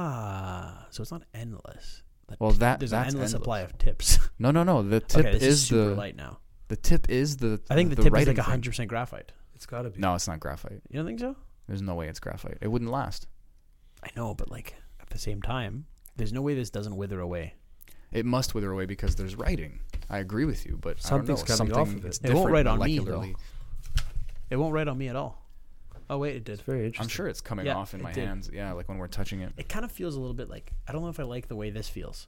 D: ah, so it's not endless. The
A: Well, that-
D: there's an
A: that's
D: endless,
A: endless.
D: supply of tips.
A: No, no, no. The tip
D: okay, this
A: is,
D: super
A: the
D: light now.
A: the tip is the.
D: I think the, tip is
A: writing
D: like
A: thing.
D: 100 percent graphite.
B: It's gotta be.
A: No, it's not graphite.
D: You don't think so?
A: There's no way it's graphite. It wouldn't last.
D: I know, but like at the same time, there's no way this doesn't wither away.
A: It must wither away because there's writing. I agree with you, but
B: Something's
A: I don't know.
B: coming
A: Something
B: off of it.
A: it's
D: It won't
A: different
D: write on me, though.
A: molecularly.
D: It won't write on me at all. Oh wait, it did.
B: It's very
A: I'm
B: interesting.
A: sure it's coming
D: Yeah,
A: off in
D: it
A: my
D: did.
A: hands. Yeah, like when we're touching it.
D: it kind of feels a little bit like I don't know if I like the way this feels.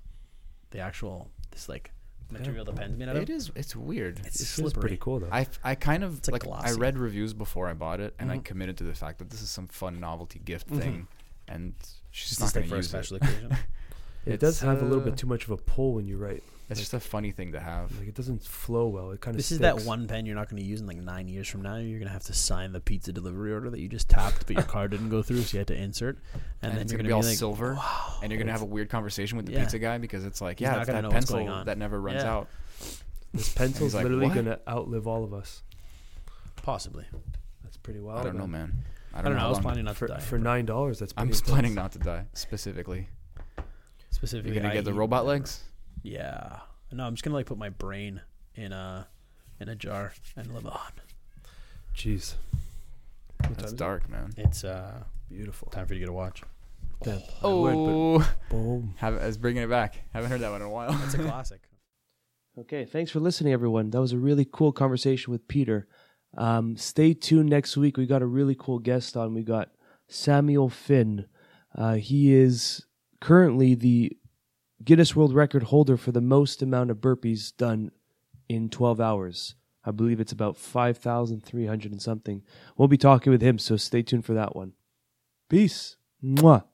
D: The actual this like material the pen's made out of.
A: It is. It's weird.
D: It's
B: It feels
D: slippery.
B: pretty cool though.
A: I, I kind of
D: It's, like,
A: like, I
D: glossy.
A: read reviews before I bought it, and I
D: Mhm.
A: committed to the fact that this is some fun novelty gift thing, and she's
D: Mm-hmm. It's
A: not
D: just
A: going
D: like
A: to
D: for a
A: use it.
D: special occasion.
B: it does
A: it's,
B: have a little
A: uh,
B: bit too much of a pull when you write.
A: It's just a funny thing to have.
B: Like it doesn't flow well. It kind of.
D: this is that one pen you're not going to use in like nine years from now. You're going to have to sign the pizza delivery order that you just tapped, but your card didn't go through, so you had to insert. And,
A: And,
D: then
A: it's
D: you're
A: gonna
D: going
A: be
D: to be,
A: all
D: like,
A: silver, and you're gonna have a weird conversation with the
D: Yeah.
A: pizza guy because it's like,
D: He's
A: yeah,
D: not
A: it's
D: gonna
A: that
D: know what's
A: pencil
D: going on.
A: that never runs
D: Yeah.
A: out.
B: This pencil's
A: he's like,
B: literally
A: "What?"
B: gonna outlive all of us.
D: possibly.
B: That's pretty wild.
A: I don't know, man.
D: I don't know. I was
A: how long-
D: planning not
B: For,
D: to die.
B: for nine dollars, that's.
A: I'm
B: pretty
A: just planning
B: intense.
A: not to die specifically.
D: specifically,
A: You're gonna
D: I
A: get the
D: eat
A: robot
D: whatever.
A: legs.
D: Yeah. No, I'm just going to like put my brain in a in a jar and live on.
B: Jeez,
F: What time
A: That's
F: is it?
A: dark, man.
D: It's uh,
F: Beautiful.
D: time for you to get a watch.
F: Yeah, I would, but-
A: Oh,
F: Boom.
A: have, I was bringing it back. Haven't heard that one in a while.
D: It's a classic.
F: Okay, thanks for listening, everyone. That was a really cool conversation with Peter. Um, stay tuned next week. We got a really cool guest on. We got Samuel Finn. Uh, he is currently the Guinness World Record holder for the most amount of burpees done in 12 hours. I believe it's about 5,300 and something. We'll be talking with him, so stay tuned for that one. Peace. Mwah.